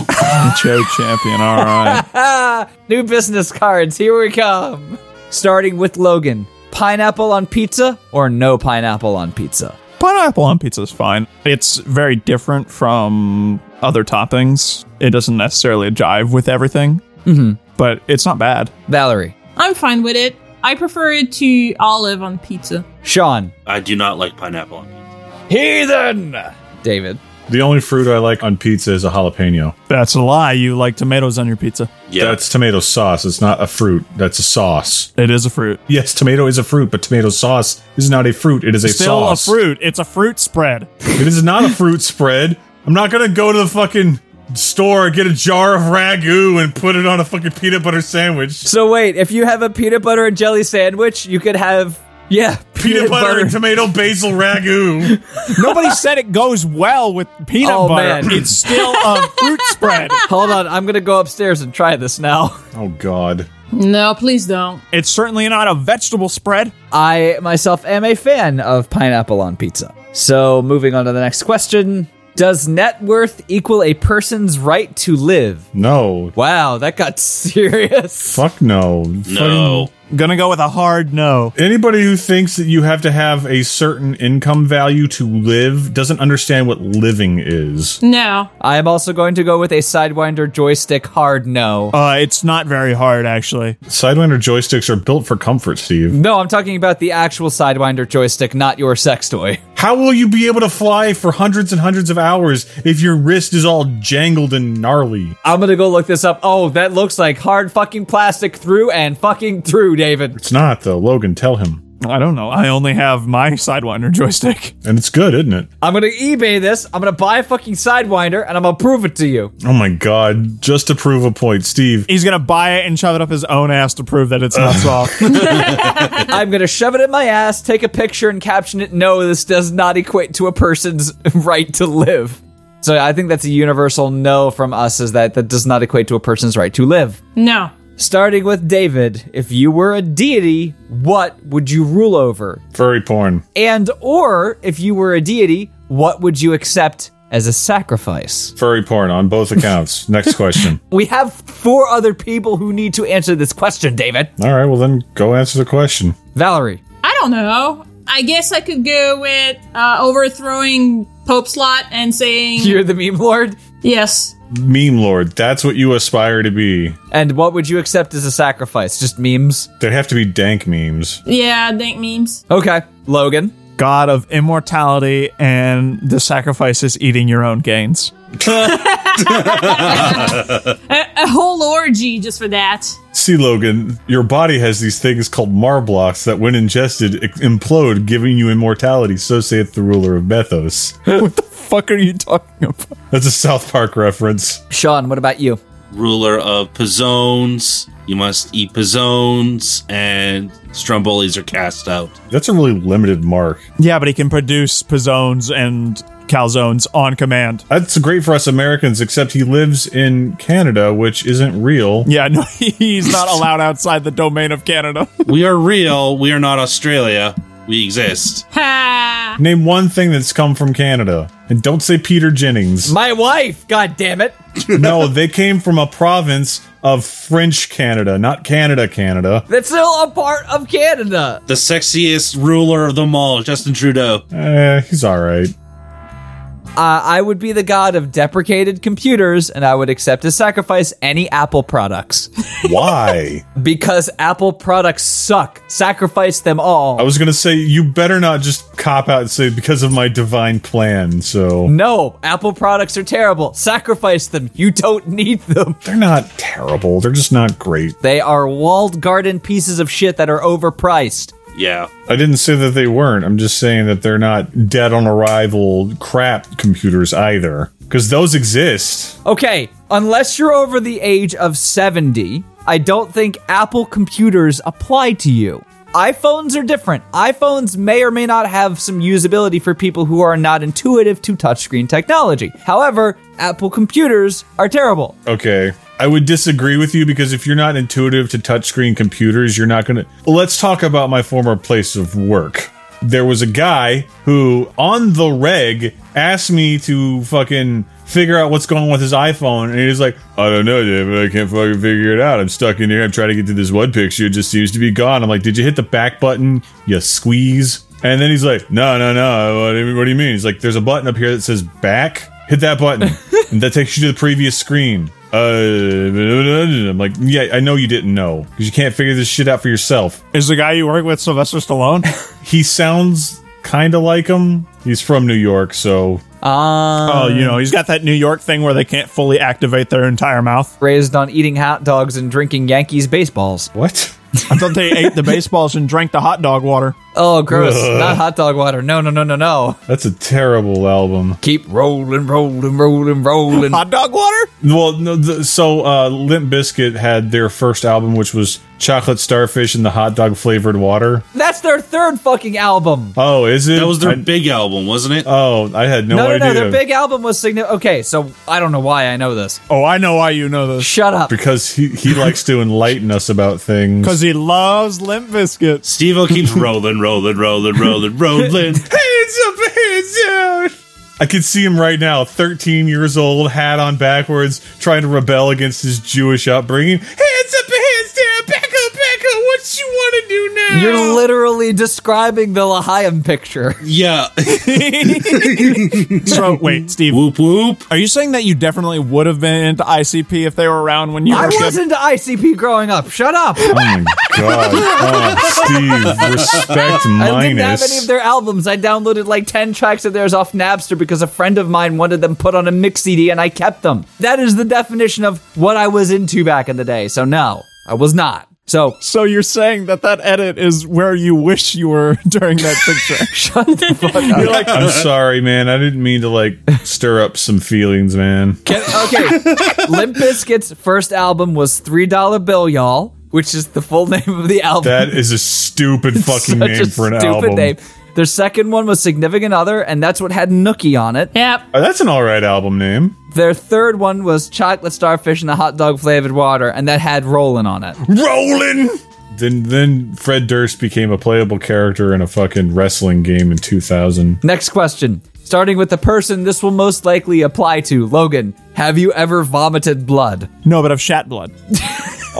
Speaker 5: Joe champion. All right.
Speaker 1: New business cards, here we come. Starting with Logan. Pineapple on pizza or no pineapple on pizza?
Speaker 5: Pineapple on pizza is fine. It's very different from other toppings. It doesn't necessarily jive with everything, mm-hmm. but it's not bad.
Speaker 1: Valerie,
Speaker 4: I'm fine with it. I prefer it to olive on pizza.
Speaker 1: Sean,
Speaker 3: I do not like pineapple on pizza.
Speaker 1: Heathen, David,
Speaker 2: the only fruit I like on pizza is a jalapeno.
Speaker 5: That's a lie. You like tomatoes on your pizza.
Speaker 3: Yeah.
Speaker 2: That's tomato sauce. It's not a fruit. That's a sauce.
Speaker 5: It is a fruit.
Speaker 2: Yes, tomato is a fruit, but tomato sauce is not a fruit. It is a
Speaker 5: Still
Speaker 2: sauce.
Speaker 5: a fruit. It's a fruit spread.
Speaker 2: It is not a fruit spread. I'm not gonna go to the fucking store, get a jar of ragu, and put it on a fucking peanut butter sandwich.
Speaker 1: So wait, if you have a peanut butter and jelly sandwich, you could have yeah, [LAUGHS]
Speaker 2: Peanut, butter, and tomato basil ragu.
Speaker 1: [LAUGHS]
Speaker 5: Nobody said it goes well with peanut
Speaker 1: Oh,
Speaker 5: butter.
Speaker 1: man.
Speaker 5: It's still
Speaker 1: [LAUGHS]
Speaker 5: a fruit spread.
Speaker 1: Hold on, I'm gonna go upstairs and try this now.
Speaker 2: [LAUGHS]
Speaker 1: [LAUGHS]
Speaker 2: oh god.
Speaker 4: No, please don't.
Speaker 5: It's certainly not a vegetable spread.
Speaker 1: I myself am a fan of pineapple on pizza. So, moving on to the next question Does net worth equal a person's right to live?
Speaker 2: No.
Speaker 1: Wow, that got [LAUGHS] serious.
Speaker 2: Fuck no.
Speaker 3: no.
Speaker 2: Fucking-
Speaker 5: Gonna go with a hard no.
Speaker 2: Anybody who thinks that you have to have a certain income value to live doesn't understand what living is.
Speaker 4: No.
Speaker 1: I am also going to go with a Sidewinder joystick hard no.
Speaker 5: Uh, it's not very hard, actually.
Speaker 2: Sidewinder joysticks are built for comfort, Steve.
Speaker 1: No, I'm talking about the actual Sidewinder joystick, not your sex toy.
Speaker 2: How will you be able to fly for hundreds and hundreds of hours if your wrist is all jangled and gnarly?
Speaker 1: I'm gonna go look this up. Oh, that looks like hard fucking plastic through and fucking through, David.
Speaker 2: It's not, though. Logan, tell him.
Speaker 5: I don't know. I only have my Sidewinder joystick.
Speaker 2: And it's good, isn't it?
Speaker 1: I'm gonna eBay this, I'm gonna buy a fucking Sidewinder, and I'm gonna prove it to you.
Speaker 2: Oh my god, just to prove a point, Steve.
Speaker 5: He's gonna buy it and shove it up his own ass to prove that it's not soft.
Speaker 1: I'm gonna shove it in my ass, take a picture, and caption it no, this does not equate to a person's [LAUGHS] right to live. So I think that's a universal no from us is that that does not equate to a person's right to live.
Speaker 4: No.
Speaker 1: Starting with David, if you were a deity, what would you rule over?
Speaker 2: Furry porn.
Speaker 1: And or if you were a deity, what would you accept as a sacrifice?
Speaker 2: Furry porn on both accounts. Next question.
Speaker 1: We have four other people who need to answer this question, David.
Speaker 2: All right, well then go answer the question.
Speaker 1: Valerie.
Speaker 4: I don't know. I guess I could go with uh, overthrowing Pope Slot and saying
Speaker 1: You're the meme lord.
Speaker 4: yes.
Speaker 2: Meme lord, that's what you aspire to be.
Speaker 1: And what would you accept as a sacrifice? Just memes?
Speaker 2: They have to be dank memes.
Speaker 4: Yeah, dank memes.
Speaker 1: Okay. Logan.
Speaker 5: God of immortality, and the sacrifice is eating your own gains.
Speaker 4: A whole orgy just for that.
Speaker 2: See, Logan, your body has these things called marblocks that, when ingested, ex- implode, giving you immortality. So saith the ruler of Methos.
Speaker 5: what the fuck are you talking about?
Speaker 2: [LAUGHS] That's a South Park reference.
Speaker 1: Sean, what about you?
Speaker 3: [LAUGHS] ruler of Pizzones. You must eat Pizzones, and Strombolis are cast out.
Speaker 2: That's a really limited mark.
Speaker 5: Yeah, but he can produce pizzones and calzones on command.
Speaker 2: That's great for us Americans, except he lives in Canada, which isn't real.
Speaker 5: Yeah, no, [LAUGHS] he's not allowed outside the domain of Canada.
Speaker 3: We are real. We are not Australia. We exist.
Speaker 4: Ha!
Speaker 2: Name one thing that's come from Canada. And don't say Peter Jennings.
Speaker 1: My wife, god damn it.
Speaker 2: no, they came from a province of French Canada, not Canada, Canada.
Speaker 1: That's still a part of Canada.
Speaker 3: The sexiest ruler of them all, Justin Trudeau.
Speaker 2: Eh, he's all right.
Speaker 1: Uh, I would be the god of deprecated computers, and I would accept as sacrifice any Apple products.
Speaker 2: Why?
Speaker 1: Because Apple products suck. Sacrifice them all.
Speaker 2: I was gonna say you better not just cop out and say because of my divine plan. So
Speaker 1: No, Apple products are terrible. Sacrifice them. You don't need them.
Speaker 2: they're not terrible. They're just not great.
Speaker 1: They are walled garden pieces of shit that are overpriced.
Speaker 3: Yeah.
Speaker 2: I didn't say that they weren't. I'm just saying that they're not dead on arrival crap computers either. Because those exist.
Speaker 1: Okay, unless you're over the age of 70, I don't think Apple computers apply to you. iPhones are different. iPhones may or may not have some usability for people who are not intuitive to touchscreen technology. However, Apple computers are terrible.
Speaker 2: Okay. I would disagree with you because if you're not intuitive to touchscreen computers, you're not going to. Let's talk about my former place of work. There was a guy who, on the reg, asked me to fucking figure out what's going on with his iPhone. And he's like, I don't know, David. I can't fucking figure it out. I'm stuck in here. I'm trying to get to this one picture. It just seems to be gone. I'm like, Did you hit the back button? You squeeze. And then he's like, No, no, no. What do you- what do you mean? He's like, There's a button up here that says back. Hit
Speaker 1: [LAUGHS]
Speaker 2: that button. And that takes you to the previous screen. Uh, I'm like, yeah, I know you didn't know because you can't figure this shit out for yourself.
Speaker 5: Is the guy you work with Sylvester Stallone?
Speaker 2: He sounds kind of like him. He's from New York, so
Speaker 1: Uh,
Speaker 5: Oh, you know, he's got that New York thing where they can't fully activate their entire mouth.
Speaker 1: Raised on eating hot dogs and drinking Yankees baseballs.
Speaker 2: what? [LAUGHS]
Speaker 5: I thought they ate the baseballs and drank the hot dog water.
Speaker 1: Oh, gross. Not hot dog water. No, no, no, no, no.
Speaker 2: That's a terrible album.
Speaker 1: Keep rolling, rolling, rolling, rolling.
Speaker 5: Hot dog water?
Speaker 2: Well, no, the, so uh, Limp Bizkit had their first album, which was Chocolate Starfish and the Hot Dog Flavored Water.
Speaker 1: That's their third fucking album.
Speaker 2: Oh, is it?
Speaker 3: That was their
Speaker 2: I-
Speaker 3: big album, wasn't it?
Speaker 2: oh, I had no,
Speaker 1: No, no,
Speaker 2: idea.
Speaker 1: no. Their big album was significant. Okay, so I don't know why I know this.
Speaker 5: Oh, I know why you know this.
Speaker 1: Shut up.
Speaker 2: because he, he likes to enlighten us about
Speaker 1: [LAUGHS]
Speaker 2: things.
Speaker 5: Because he loves Limp Biscuits.
Speaker 3: Steve
Speaker 2: [LAUGHS]
Speaker 3: O keeps rolling, rolling, rolling, rolling, rolling.
Speaker 2: Hands up, hands
Speaker 5: [LAUGHS]
Speaker 2: down. I can see him right now, 13 years old, hat on backwards, trying to rebel against his Jewish upbringing. Hands up, hands down, back up, back up. What you want?
Speaker 1: You're literally describing the Lahayim
Speaker 2: [LAUGHS]
Speaker 1: picture.
Speaker 3: Yeah. [LAUGHS]
Speaker 5: So wait, Steve,
Speaker 3: whoop whoop.
Speaker 5: are you saying that you definitely would have been into ICP if they were around when you were
Speaker 1: I
Speaker 5: a kid?
Speaker 1: was into ICP growing up. Shut up.
Speaker 2: Oh my god. Oh, Steve, respect
Speaker 1: I didn't have any
Speaker 2: minus.
Speaker 1: of their albums. I downloaded like 10 tracks of theirs off Napster because a friend of mine wanted them put on a mix CD and I kept them. That is the definition of what I was into back in the day. So, no, I was not. So,
Speaker 5: So you're saying that that edit is where you wish you were [LAUGHS] during that picture? [LAUGHS]
Speaker 2: You're like, I'm sorry, man. I didn't mean to like stir up some feelings, man.
Speaker 1: Can,
Speaker 2: [LAUGHS]
Speaker 1: okay, Limp Bizkit's first album was Three Dollar Bill, y'all, which is the full name of the album.
Speaker 2: That is a stupid
Speaker 1: Such
Speaker 2: fucking name
Speaker 1: a
Speaker 2: for an
Speaker 1: stupid
Speaker 2: album.
Speaker 1: name. Their second one was Significant Other, and that's what had Nookie on it.
Speaker 4: Yep.
Speaker 2: Oh, that's an all right album name.
Speaker 1: Their third one was Chocolate Starfish and the Hot Dog Flavored Water, and that had Rollin' on it.
Speaker 2: Rolling. Then, then Fred Durst became a playable character in a fucking wrestling game in 2000.
Speaker 1: Next question. Starting with the person this will most likely apply to, Logan. Have you ever vomited blood?
Speaker 5: no, but of shat blood.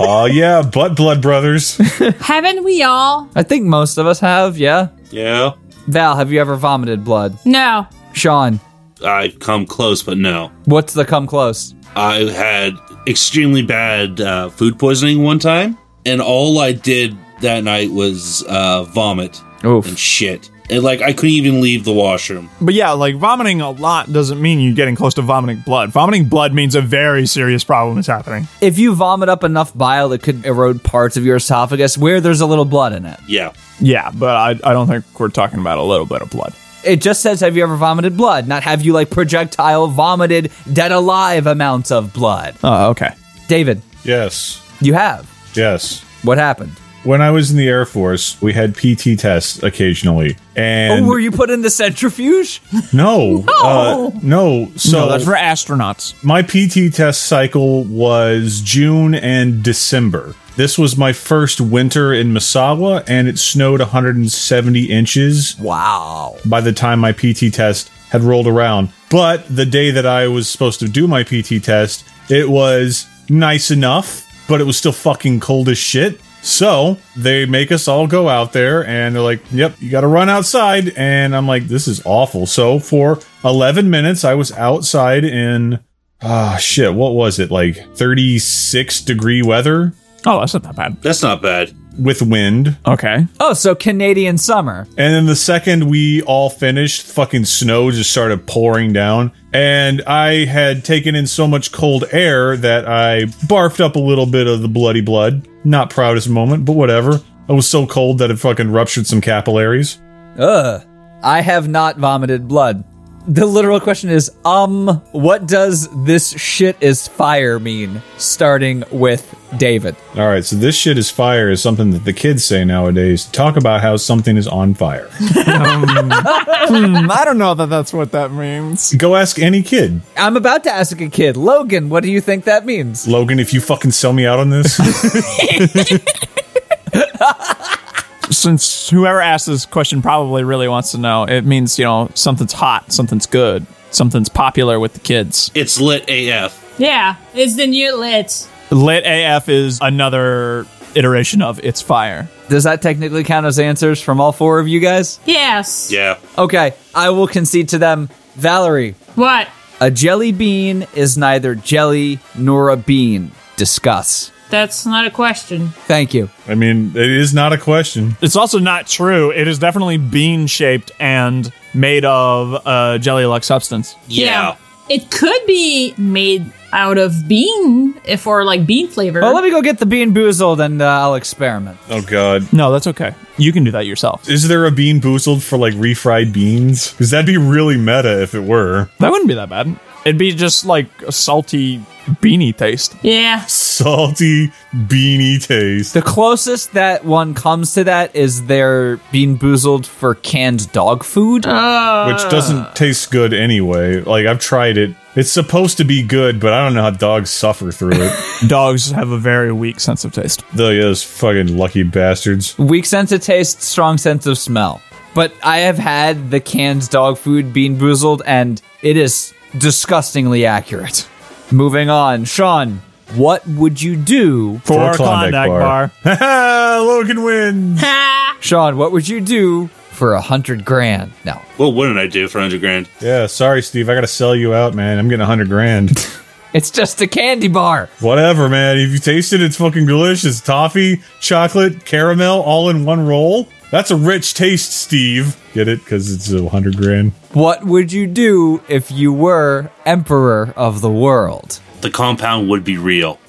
Speaker 2: Oh yeah, Butt Blood Brothers.
Speaker 4: Haven't we all?
Speaker 1: I think most of us have, yeah?
Speaker 3: Yeah.
Speaker 1: Val, have you ever vomited blood?
Speaker 4: No.
Speaker 1: Sean,
Speaker 3: I've come close, but no.
Speaker 1: what's the come close?
Speaker 3: I had extremely bad uh, food poisoning one time, and all I did that night was uh, vomit
Speaker 1: Oof.
Speaker 3: and shit. And like I couldn't even leave the washroom.
Speaker 5: But yeah, like vomiting a lot doesn't mean you're getting close to vomiting blood. Vomiting blood means a very serious problem is happening.
Speaker 1: If you vomit up enough bile, it could erode parts of your esophagus where there's a little blood in it.
Speaker 3: Yeah.
Speaker 5: Yeah, but I, I don't think we're talking about a little bit of blood.
Speaker 1: It just says, have you ever vomited blood? Not have you, like, projectile vomited dead alive amounts of blood.
Speaker 5: Oh, okay.
Speaker 1: David,
Speaker 2: yes,
Speaker 1: you have.
Speaker 2: yes.
Speaker 1: What happened?
Speaker 2: When I was in the Air Force, we had PT tests occasionally, and
Speaker 1: oh, were you put in the centrifuge?
Speaker 2: no, no, uh, no. So
Speaker 5: that's for astronauts.
Speaker 2: my PT test cycle was June and December. This was my first winter in Misawa, and it snowed 170 inches
Speaker 1: Wow.
Speaker 2: by the time my PT test had rolled around. But the day that I was supposed to do my PT test, it was nice enough, but it was still fucking cold as shit. So they make us all go out there and they're like, yep, you got to run outside. And I'm like, this is awful. So for 11 minutes, I was outside in, ah, shit, what was it? Like 36 degree weather
Speaker 5: Oh, that's not that bad.
Speaker 3: That's not bad.
Speaker 2: with wind.
Speaker 5: Okay.
Speaker 1: Oh, so Canadian summer.
Speaker 2: And then the second we all finished, fucking snow just started pouring down. And I had taken in so much cold air that I barfed up a little bit of the bloody blood. Not proudest moment, but whatever. I was so cold that it fucking ruptured some capillaries.
Speaker 1: Ugh. I have not vomited blood. The literal question is, um, what does this shit is fire mean? Starting with David.
Speaker 2: All right, so this shit is fire is something that the kids say nowadays to talk about how something is on fire. [LAUGHS]
Speaker 5: Hmm, I don't know that that's what that means.
Speaker 2: Go ask any kid.
Speaker 1: I'm about to ask a kid, Logan, what do you think that means?
Speaker 2: Logan, if you fucking sell me out on this, [LAUGHS]
Speaker 5: Since whoever asked this question probably really wants to know, it means, you know, something's hot, something's good, something's popular with the kids.
Speaker 3: It's lit AF.
Speaker 4: Yeah. It's the new lit.
Speaker 5: Lit AF is another iteration of It's Fire.
Speaker 1: Does that technically count as answers from all four of you guys?
Speaker 4: Yes.
Speaker 3: Yeah.
Speaker 1: Okay, I will concede to them. Valerie,
Speaker 4: What?
Speaker 1: a jelly bean is neither jelly nor a bean. Discuss.
Speaker 4: That's not a question.
Speaker 1: Thank you.
Speaker 2: I mean, it is not a question.
Speaker 5: It's also not true. It is definitely bean shaped and made of a jelly like substance.
Speaker 3: Yeah.
Speaker 4: It could be made out of bean if or like bean flavor.
Speaker 1: Well, Oh, let me go get the bean boozled and uh, I'll experiment.
Speaker 2: Oh, God.
Speaker 5: No, that's okay. You can do that yourself.
Speaker 2: Is there a bean boozled for like refried beans? Because that'd be really meta if it were.
Speaker 5: That wouldn't be that bad. It'd be just like a salty beanie taste.
Speaker 4: yeah. [LAUGHS]
Speaker 2: Salty beanie taste.
Speaker 1: The closest that one comes to that is their bean boozled for canned dog food.
Speaker 2: Which doesn't taste good anyway. Like, I've tried it. It's supposed to be good, but I don't know how dogs suffer through it.
Speaker 5: [LAUGHS] Dogs have a very weak sense of taste.
Speaker 2: Those fucking lucky bastards. [LAUGHS]
Speaker 1: Weak sense of taste, strong sense of smell. But I have had the canned dog food bean boozled and it is disgustingly accurate. Moving on, Sean, What would you do,
Speaker 5: For,
Speaker 2: a
Speaker 5: a
Speaker 2: Klondike
Speaker 5: Klondike,
Speaker 2: bar.
Speaker 5: bar.
Speaker 2: Logan wins. [LAUGHS]
Speaker 1: Sean? What would you do for a hundred grand? No,
Speaker 3: What wouldn't I do for 100 grand?
Speaker 2: Yeah, sorry, Steve. I got to sell you out, man. I'm getting a hundred grand.
Speaker 1: it's just a candy bar.
Speaker 2: Whatever, man. If you taste it, it's fucking delicious. Toffee, chocolate, caramel, all in one roll. That's a rich taste, Steve. Get it? Because it's a hundred grand.
Speaker 1: What would you do if you were emperor of the world?
Speaker 3: The compound would be real.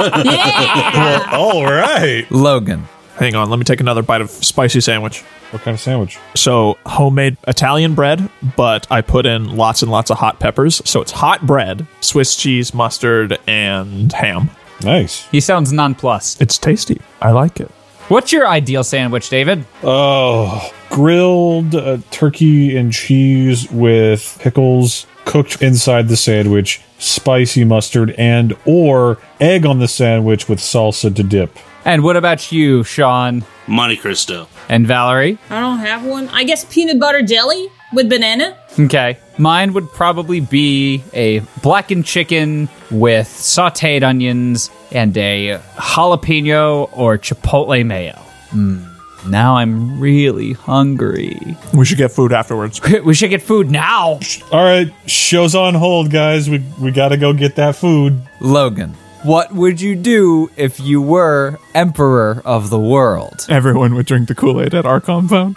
Speaker 4: Yeah!
Speaker 2: All right.
Speaker 1: Logan.
Speaker 5: Hang on, let me take another bite of spicy sandwich.
Speaker 2: [LAUGHS] What kind of sandwich?
Speaker 5: So homemade Italian bread, but I put in lots and lots of hot peppers. So it's hot bread, Swiss cheese, mustard, and ham.
Speaker 2: Nice.
Speaker 1: He sounds nonplussed.
Speaker 5: It's tasty. I like it.
Speaker 1: What's your ideal sandwich, David?
Speaker 2: Oh, grilled uh, turkey and cheese with pickles cooked inside the sandwich, spicy mustard, and or egg on the sandwich with salsa to dip.
Speaker 1: And what about you, Sean
Speaker 3: Monte Cristo.
Speaker 1: and Valerie?
Speaker 4: I don't have one. I guess peanut butter jelly with banana.
Speaker 1: Okay. Mine would probably be a blackened chicken with sauteed onions and a jalapeno or chipotle mayo. Mm, now I'm really hungry.
Speaker 5: We should get food afterwards. [LAUGHS]
Speaker 1: [LAUGHS] We should get food now.
Speaker 2: All right, show's on hold, guys. We we gotta go get that food.
Speaker 1: Logan, what would you do if you were emperor of the world?
Speaker 5: Everyone would drink the Kool Aid at our [LAUGHS] compound.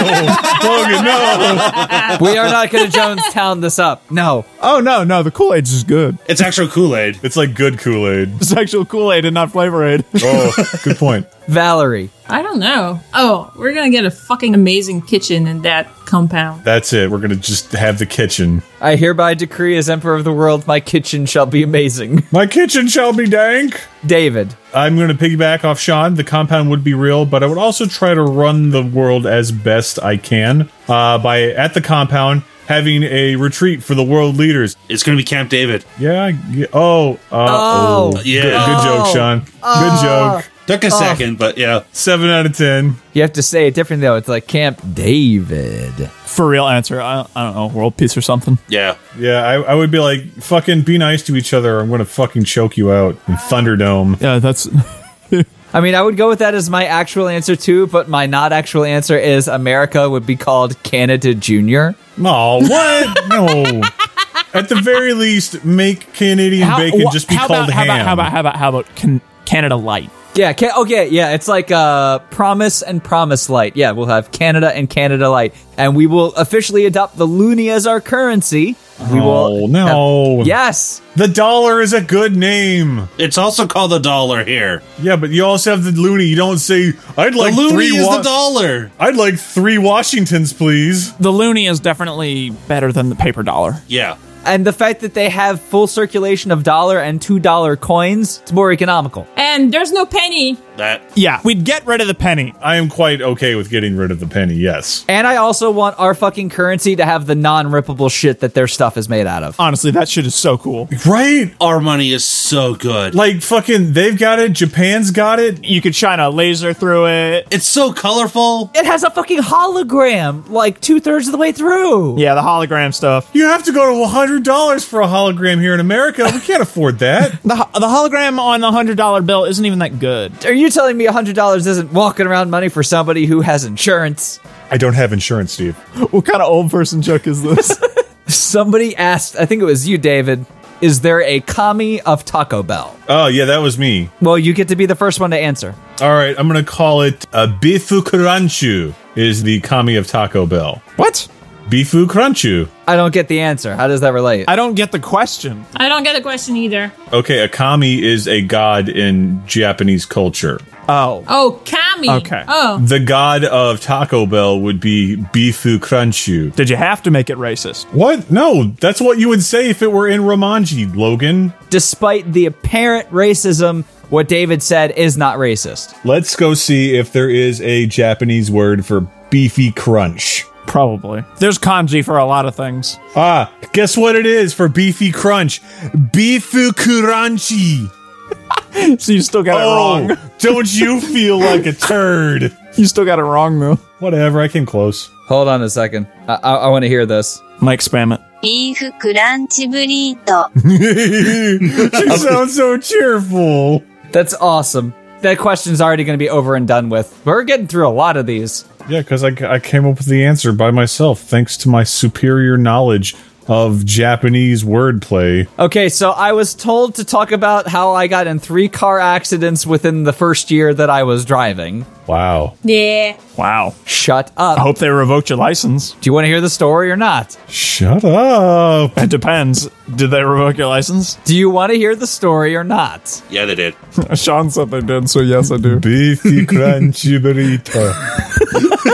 Speaker 2: Logan, no.
Speaker 1: [LAUGHS] we are not going to Jonestown this up. No.
Speaker 5: oh no, no, the Kool Aid's is good.
Speaker 3: It's actual Kool Aid.
Speaker 2: It's like good Kool Aid.
Speaker 5: It's actual Kool Aid and not Flavor Aid.
Speaker 2: Oh, good point.
Speaker 1: Valerie,
Speaker 4: I don't know. Oh, we're gonna get a fucking amazing kitchen in that compound.
Speaker 2: That's it. We're gonna just have the kitchen.
Speaker 1: I hereby decree as emperor of the world, my kitchen shall be amazing. [LAUGHS]
Speaker 2: My kitchen shall be dank.
Speaker 1: David,
Speaker 2: I'm going to piggyback off Sean. The compound would be real, but I would also try to run the world as best I can uh, by at the compound having a retreat for the world leaders.
Speaker 3: It's going to be Camp David.
Speaker 2: Yeah. I- yeah oh. Uh,
Speaker 1: Oh.
Speaker 3: Yeah.
Speaker 2: Good, good joke, Sean. Good joke.
Speaker 3: Took a second, but yeah.
Speaker 2: Seven out of ten.
Speaker 1: you have to say it differently though. It's like Camp David.
Speaker 5: [LAUGHS] For real answer, I, I don't know, world peace or something.
Speaker 3: Yeah.
Speaker 2: Yeah, I, I would be like, fucking be nice to each other. or I'm going to fucking choke you out in Thunderdome.
Speaker 5: Yeah, [LAUGHS] that's
Speaker 1: I mean, I would go with that as my actual answer too, but my not actual answer is America would be called Canada Junior.
Speaker 2: No, what? no. At the very least, make Canadian bacon
Speaker 5: wha-
Speaker 2: just be
Speaker 5: how
Speaker 2: called
Speaker 5: about,
Speaker 2: ham.
Speaker 5: How about how about how about, how about can, Canada Light?
Speaker 1: Yeah, can- okay, yeah, it's like uh, Promise and Promise Light. Yeah, we'll have Canada and Canada Light, and we will officially adopt the loonie as our currency. We
Speaker 2: oh
Speaker 1: will.
Speaker 2: no!
Speaker 1: Yes,
Speaker 2: the dollar is a good name.
Speaker 3: It's also called the dollar here.
Speaker 2: Yeah, but you also have the loony. You don't say I'd
Speaker 3: The
Speaker 2: like
Speaker 3: loony
Speaker 2: three.
Speaker 3: is
Speaker 2: Wa-
Speaker 3: the dollar.
Speaker 2: I'd like three Washingtons, please.
Speaker 5: The loony is definitely better than the paper dollar.
Speaker 3: Yeah.
Speaker 1: and the fact that they have full circulation of dollar and two dollar coins, it's more economical.
Speaker 4: And there's no penny.
Speaker 3: That.
Speaker 5: Yeah, we'd get rid of the penny.
Speaker 2: I am quite okay with getting rid of the penny. Yes.
Speaker 1: And I also want our fucking currency to have the non-rippable shit that their stuff is made out of.
Speaker 5: Honestly, that shit is so cool.
Speaker 2: Right.
Speaker 3: Our money is so good.
Speaker 2: Like fucking, they've got it. Japan's got it.
Speaker 5: You could shine a laser through it.
Speaker 3: It's so colorful.
Speaker 1: It has a fucking hologram, like two thirds of the way through.
Speaker 5: Yeah, the hologram stuff.
Speaker 2: You have to go to hundred dollars for a hologram here in America. We can't afford that.
Speaker 5: The, ho- the hologram on the hundred dollar bill isn't even that good.
Speaker 1: Are you telling me hundred dollars isn't walking around money for somebody who has insurance?
Speaker 2: I don't have insurance, Steve.
Speaker 5: What kind of old person joke is this? [LAUGHS]
Speaker 1: Somebody asked, I think it was you, David. Is there a commie of Taco Bell?
Speaker 2: Oh yeah, that was me.
Speaker 1: Well, you get to be the first one to answer.
Speaker 2: All right, I'm gonna call it a bifu crunchu. Is the kami of Taco Bell
Speaker 5: what?
Speaker 2: bifu crunchu?
Speaker 1: I don't get the answer. How does that relate?
Speaker 5: I don't get the question.
Speaker 4: I don't get a question either.
Speaker 2: Okay, a kami is a god in Japanese culture.
Speaker 5: Oh,
Speaker 4: Oh, Kami.
Speaker 5: Okay.
Speaker 4: Oh.
Speaker 2: The god of Taco Bell would be Bifu Crunchu.
Speaker 5: did you have to make it racist?
Speaker 2: What? No, that's what you would say if it were in Romanji, Logan.
Speaker 1: Despite the apparent racism, what David said is not racist.
Speaker 2: Let's go see if there is a Japanese word for beefy crunch.
Speaker 5: Probably. There's kanji for a lot of things.
Speaker 2: Ah, guess what it is for beefy crunch? Bifu Kuranchi.
Speaker 5: [LAUGHS] So you still got it
Speaker 2: Oh,
Speaker 5: wrong.
Speaker 2: [LAUGHS] don't you feel like a turd?
Speaker 5: You still got it wrong though.
Speaker 2: Whatever, I came close.
Speaker 1: Hold on a second. I, I, I want to hear this.
Speaker 5: Mike spam it.
Speaker 9: ビーフクランチブリート。
Speaker 2: she sounds so cheerful.
Speaker 1: That's awesome. That question's already going to be over and done with. We're getting through a lot of these.
Speaker 2: Yeah, because I, I came up with the answer by myself thanks to my superior knowledge of Japanese wordplay.
Speaker 1: Okay, so I was told to talk about how I got in three car accidents within the first year that I was driving.
Speaker 2: Wow.
Speaker 4: Yeah.
Speaker 5: Wow.
Speaker 1: Shut up.
Speaker 5: I hope they revoked your license.
Speaker 1: Do you want to hear the story or not?
Speaker 2: Shut up.
Speaker 5: It depends. Did they revoke your license?
Speaker 1: Do you want to hear the story or not?
Speaker 3: Yeah, they did.
Speaker 5: Sean said they did, so yes, I
Speaker 2: [LAUGHS]
Speaker 5: do.
Speaker 2: Beefy crunchy burrito.
Speaker 5: [LAUGHS]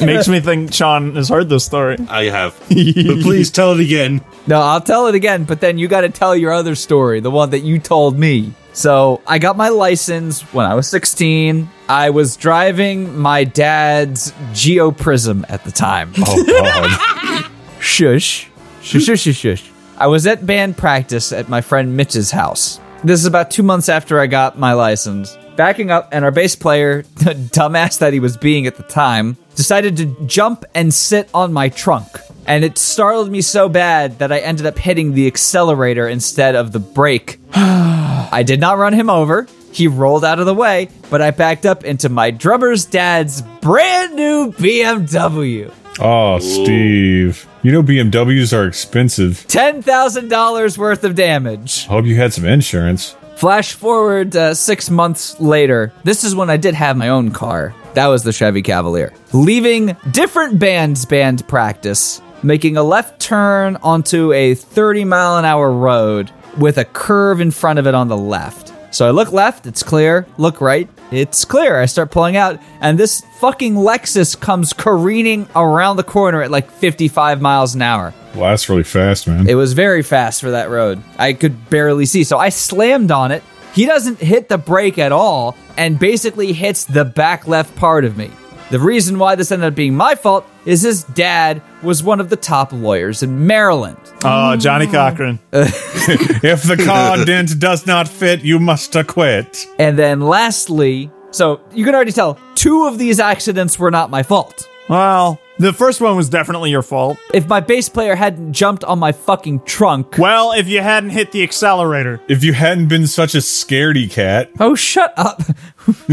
Speaker 5: Makes me think Sean has heard this story.
Speaker 2: [LAUGHS]
Speaker 3: I have. but please tell it again.
Speaker 1: No, I'll tell it again, but then you got to tell your other story, the one that you told me. So, I got my license when I was 16. I was driving my dad's Geo Prism at the time.
Speaker 2: Oh, God.
Speaker 1: Shush. Shush, shush, shush, shush. I was at band practice at my friend Mitch's house. This is about two months after I got my license. Backing up, and our bass player, [LAUGHS] the dumbass that he was being at the time, decided to jump and sit on my trunk. And it startled me so bad that I ended up hitting the accelerator instead of the brake. [SIGHS] I did not run him over. He rolled out of the way, but I backed up into my drummer's dad's brand new BMW.
Speaker 2: Oh, Steve. You know BMWs are expensive.
Speaker 1: $10,000 worth of damage.
Speaker 2: Hope you had some insurance.
Speaker 1: Flash forward uh, six months later. This is when I did have my own car. That was the Chevy Cavalier. Leaving different bands band practice, making a left turn onto a 30 mile an hour road with a curve in front of it on the left. So I look left, it's clear. Look right, it's clear. I start pulling out, and this fucking Lexus comes careening around the corner at like 55 miles an hour.
Speaker 2: Well, that's really fast, man.
Speaker 1: It was very fast for that road. I could barely see. So I slammed on it. He doesn't hit the brake at all and basically hits the back left part of me. The reason why this ended up being my fault is his dad was one of the top lawyers in Maryland.
Speaker 5: Oh, Johnny Cochran.
Speaker 2: if the condent does not fit, you must acquit.
Speaker 1: And then lastly, so you can already tell two of these accidents were not my fault.
Speaker 5: Well, the first one was definitely your fault.
Speaker 1: If my bass player hadn't jumped on my fucking trunk.
Speaker 5: Well, if you hadn't hit the accelerator. [LAUGHS]
Speaker 2: If you hadn't been such a scaredy cat,
Speaker 1: Oh, shut up. [LAUGHS]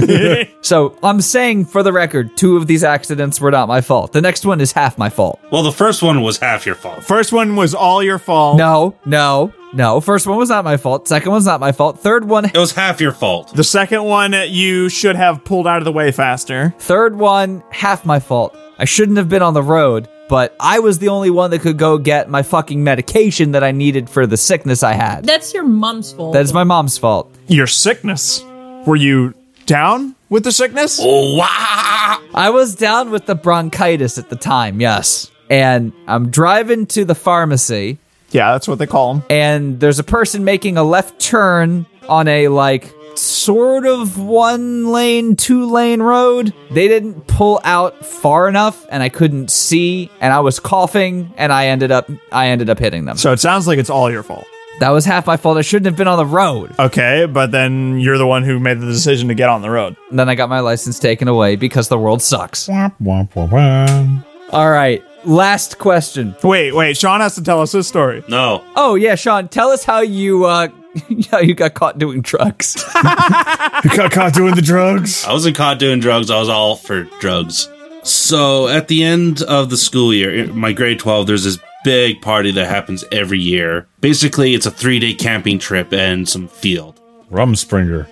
Speaker 1: so I'm saying for the record, two of these accidents were not my fault. The next one is half my fault.
Speaker 3: Well, the first one was half your fault.
Speaker 5: First one was all your fault.
Speaker 1: No, no, no. First one was not my fault. Second one's not my fault. Third one,
Speaker 3: It was half your fault.
Speaker 5: The second one uh, you should have pulled out of the way faster.
Speaker 1: third one, half my fault. I shouldn't have been on the road, but I was the only one that could go get my fucking medication that I needed for the sickness I had.
Speaker 4: That's your mom's fault.
Speaker 1: That is my mom's fault.
Speaker 5: Your sickness. Were you down with the sickness?
Speaker 3: Oh, wow.
Speaker 1: I was down with the bronchitis at the time, yes. And I'm driving to the pharmacy,
Speaker 5: Yeah, that's what they call them.
Speaker 1: and there's a person making a left turn on a like sort of one lane, two lane road. They didn't pull out far enough and I couldn't see and I was coughing and I ended up I ended up hitting them.
Speaker 5: So it sounds like it's all your fault.
Speaker 1: That was half my fault. I shouldn't have been on the road.
Speaker 5: Okay, but then you're the one who made the decision to get on the road.
Speaker 1: And then I got my license taken away because the world sucks.
Speaker 2: womp, womp, womp, womp.
Speaker 1: All right. Last question.
Speaker 5: Wait, wait, Sean has to tell us his story.
Speaker 3: No.
Speaker 1: Oh, yeah, Sean, tell us how you uh [LAUGHS] how you got caught doing drugs. [LAUGHS]
Speaker 2: you got caught doing the drugs.
Speaker 3: [LAUGHS] I wasn't caught doing drugs. I was all for drugs. So at the end of the school year, in my grade 12, there's this big party that happens every year. Basically, it's a three day camping trip and some field.
Speaker 2: Rumspringer.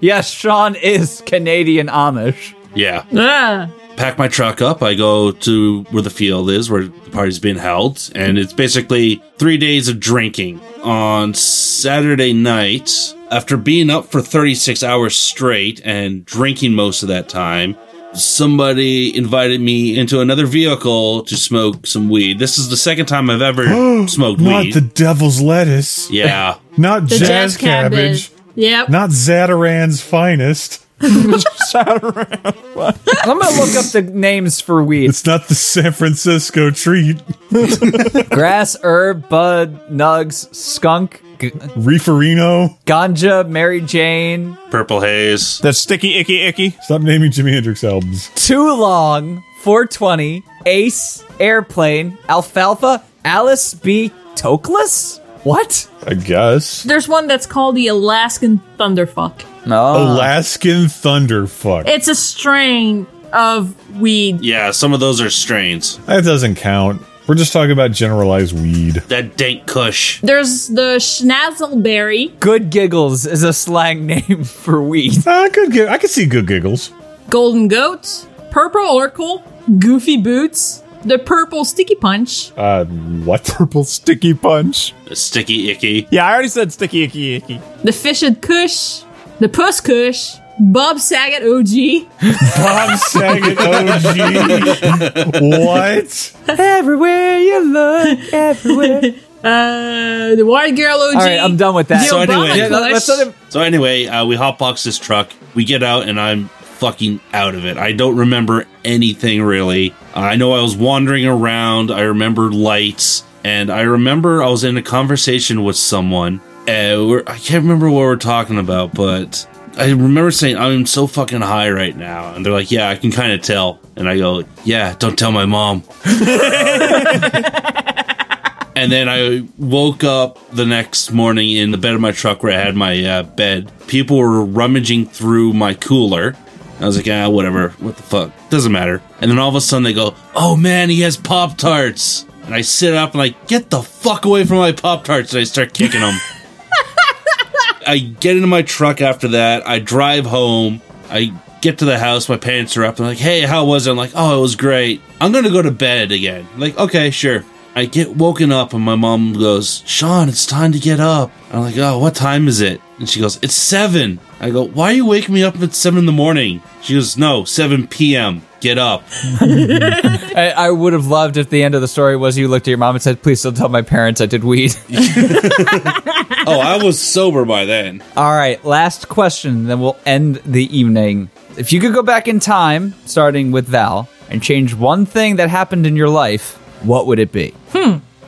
Speaker 1: yes, Sean is Canadian Amish.
Speaker 3: Yeah.
Speaker 4: Ah.
Speaker 3: Pack my truck up. I go to where the field is, where the party's being held. And it's basically three days of drinking. On Saturday night, after being up for 36 hours straight and drinking most of that time, somebody invited me into another vehicle to smoke some weed. This is the second time I've ever
Speaker 2: [GASPS]
Speaker 3: smoked
Speaker 2: Not
Speaker 3: weed.
Speaker 2: the devil's lettuce.
Speaker 3: yeah.
Speaker 2: Not
Speaker 4: The
Speaker 2: jazz, cabbage.
Speaker 4: Yep.
Speaker 2: Not Zataran's finest.
Speaker 1: I'm gonna look up the names for weed. [LAUGHS]
Speaker 2: It's not the San Francisco treat.
Speaker 1: Grass, herb, bud, nugs, skunk, g-
Speaker 2: Reeferino.
Speaker 1: ganja, Mary Jane,
Speaker 3: Purple haze.
Speaker 5: The sticky icky icky.
Speaker 2: Stop naming Jimi Hendrix albums.
Speaker 1: too long, 420, Ace, Airplane, Alfalfa, Alice B. Toklas? What?
Speaker 2: I guess.
Speaker 4: There's one that's called the Alaskan Thunderfuck.
Speaker 1: No.
Speaker 2: Alaskan Thunderfuck.
Speaker 4: It's a strain of weed.
Speaker 3: Yeah, some of those are strains.
Speaker 2: That doesn't count. We're just talking about generalized weed.
Speaker 3: That dank kush.
Speaker 4: There's the Schnazelberry,
Speaker 1: Good Giggles is a slang name [LAUGHS] for weed.
Speaker 2: I could get. I could see good giggles.
Speaker 4: Golden Goat, Purple Oracle, Goofy Boots, the Purple Sticky Punch,
Speaker 2: Uh, what?
Speaker 5: Purple sticky punch.
Speaker 3: Sticky icky.
Speaker 5: Yeah, I already said sticky icky icky.
Speaker 4: the Fished Kush, the Puss Kush, Bob Saget OG,
Speaker 2: Bob Saget OG. what?
Speaker 1: everywhere you look, [LAUGHS] everywhere.
Speaker 4: uh, the Wild Girl OG.
Speaker 1: All right, I'm done with that.
Speaker 4: The
Speaker 3: So
Speaker 4: Obama
Speaker 3: anyway- Yeah,
Speaker 1: that- that's
Speaker 4: Kush.
Speaker 1: not a-
Speaker 3: So anyway, uh, we hotbox this truck. We get out, and I'm fucking out of it. I don't remember anything really. I know I was wandering around. I remember lights, and I remember I was in a conversation with someone. Uh, we're, I can't remember what we're talking about, but I remember saying I'm so fucking high right now, and they're like, "Yeah, I can kind of tell." And I go, "Yeah, don't tell my mom." And then I woke up the next morning in the bed of my truck where I had my uh, bed. People were rummaging through my cooler. I was like, ah, whatever. What the fuck? Doesn't matter. And then all of a sudden they go, oh man, he has Pop Tarts. And I sit up and like, get the fuck away from my Pop Tarts. And I start kicking them. I get into my truck after that. I drive home. I get to the house. My parents are up. I'm like, hey, how was it? I'm like, oh, it was great. I'm going to go to bed again. I'm like, okay, sure. I get woken up and my mom goes, Sean, it's time to get up. I'm like, oh, what time is it? And she goes, it's seven. I go, why are you waking me up at seven in the morning? She goes, no, 7 p.m. Get up.
Speaker 1: I, I would have loved if the end of the story was you looked at your mom and said, "Please don't tell my parents I did weed."
Speaker 3: oh, I was [LAUGHS] sober by then.
Speaker 1: All right, last question, then we'll end the evening. If you could go back in time, starting with Val, and change one thing that happened in your life, what would it be?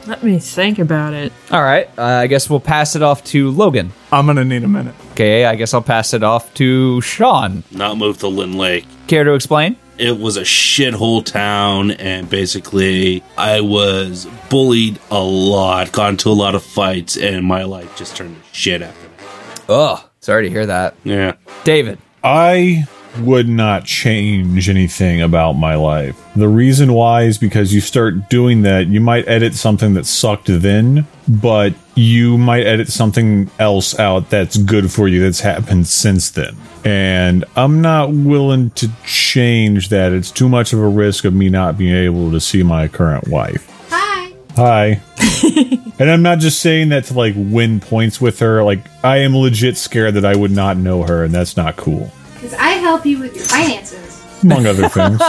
Speaker 4: Let me think about it.
Speaker 1: All right, uh, I guess we'll pass it off to Logan.
Speaker 5: I'm gonna need a minute.
Speaker 1: Okay, I guess I'll pass it off to Sean.
Speaker 3: Not move to Lynn Lake.
Speaker 1: Care to explain?
Speaker 3: it was a shithole town and basically i was bullied a lot got into a lot of fights and my life just turned to shit after that
Speaker 1: Ugh, sorry to hear that.
Speaker 3: yeah
Speaker 1: David.
Speaker 2: I would not change anything about my life. The reason why is because you start doing that, you might edit something that sucked then, but you might edit something else out that's good for you that's happened since then. And I'm not willing to change that. It's too much of a risk of me not being able to see my current wife.
Speaker 6: Hi.
Speaker 5: [LAUGHS]
Speaker 2: Hi. and I'm not just saying that to like win points with her. Like, I am legit scared that I would not know her, and that's not cool
Speaker 6: Because I help you with your finances.
Speaker 2: among
Speaker 5: [LAUGHS]
Speaker 2: other things.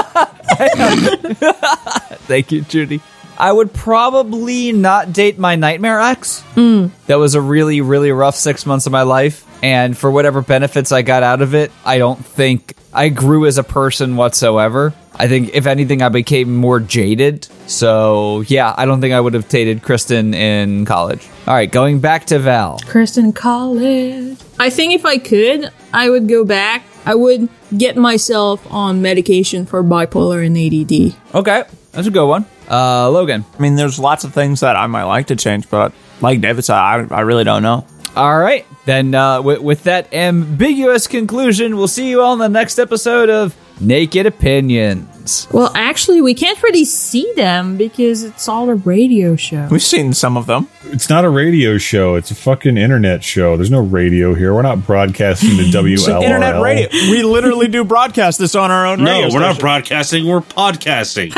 Speaker 1: Thank you, Judy. I would probably not date my nightmare ex. That was a really, really rough six months of my life. And for whatever benefits I got out of it, I don't think I grew as a person whatsoever. I think, if anything, I became more jaded. So, yeah, I don't think I would have dated Kristen in college. All right, going back to Val.
Speaker 4: Kristen College. I think if I could, I would go back. I would get myself on medication for bipolar and ADD.
Speaker 1: Okay, that's a good one. Uh, Logan.
Speaker 5: I mean, there's lots of things that I might like to change, but like David said, I, I really don't know.
Speaker 1: All right. Then, uh, wi- with that ambiguous conclusion, we'll see you all in the next episode of Naked Opinions.
Speaker 4: Well, actually, we can't really see them because it's all a radio show.
Speaker 5: We've seen some of them.
Speaker 2: it's not a radio show. It's a fucking internet show. There's no radio here. We're not
Speaker 5: [LAUGHS]
Speaker 2: broadcasting to WLRL.
Speaker 5: Internet radio. We literally do broadcast this on our own.
Speaker 3: no
Speaker 5: radio
Speaker 3: we're not
Speaker 5: station.
Speaker 3: broadcasting we're podcasting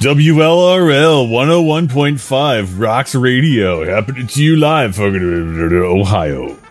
Speaker 2: WLRL 101.5 Rocks Radio. Happening to you live, fucking Ohio.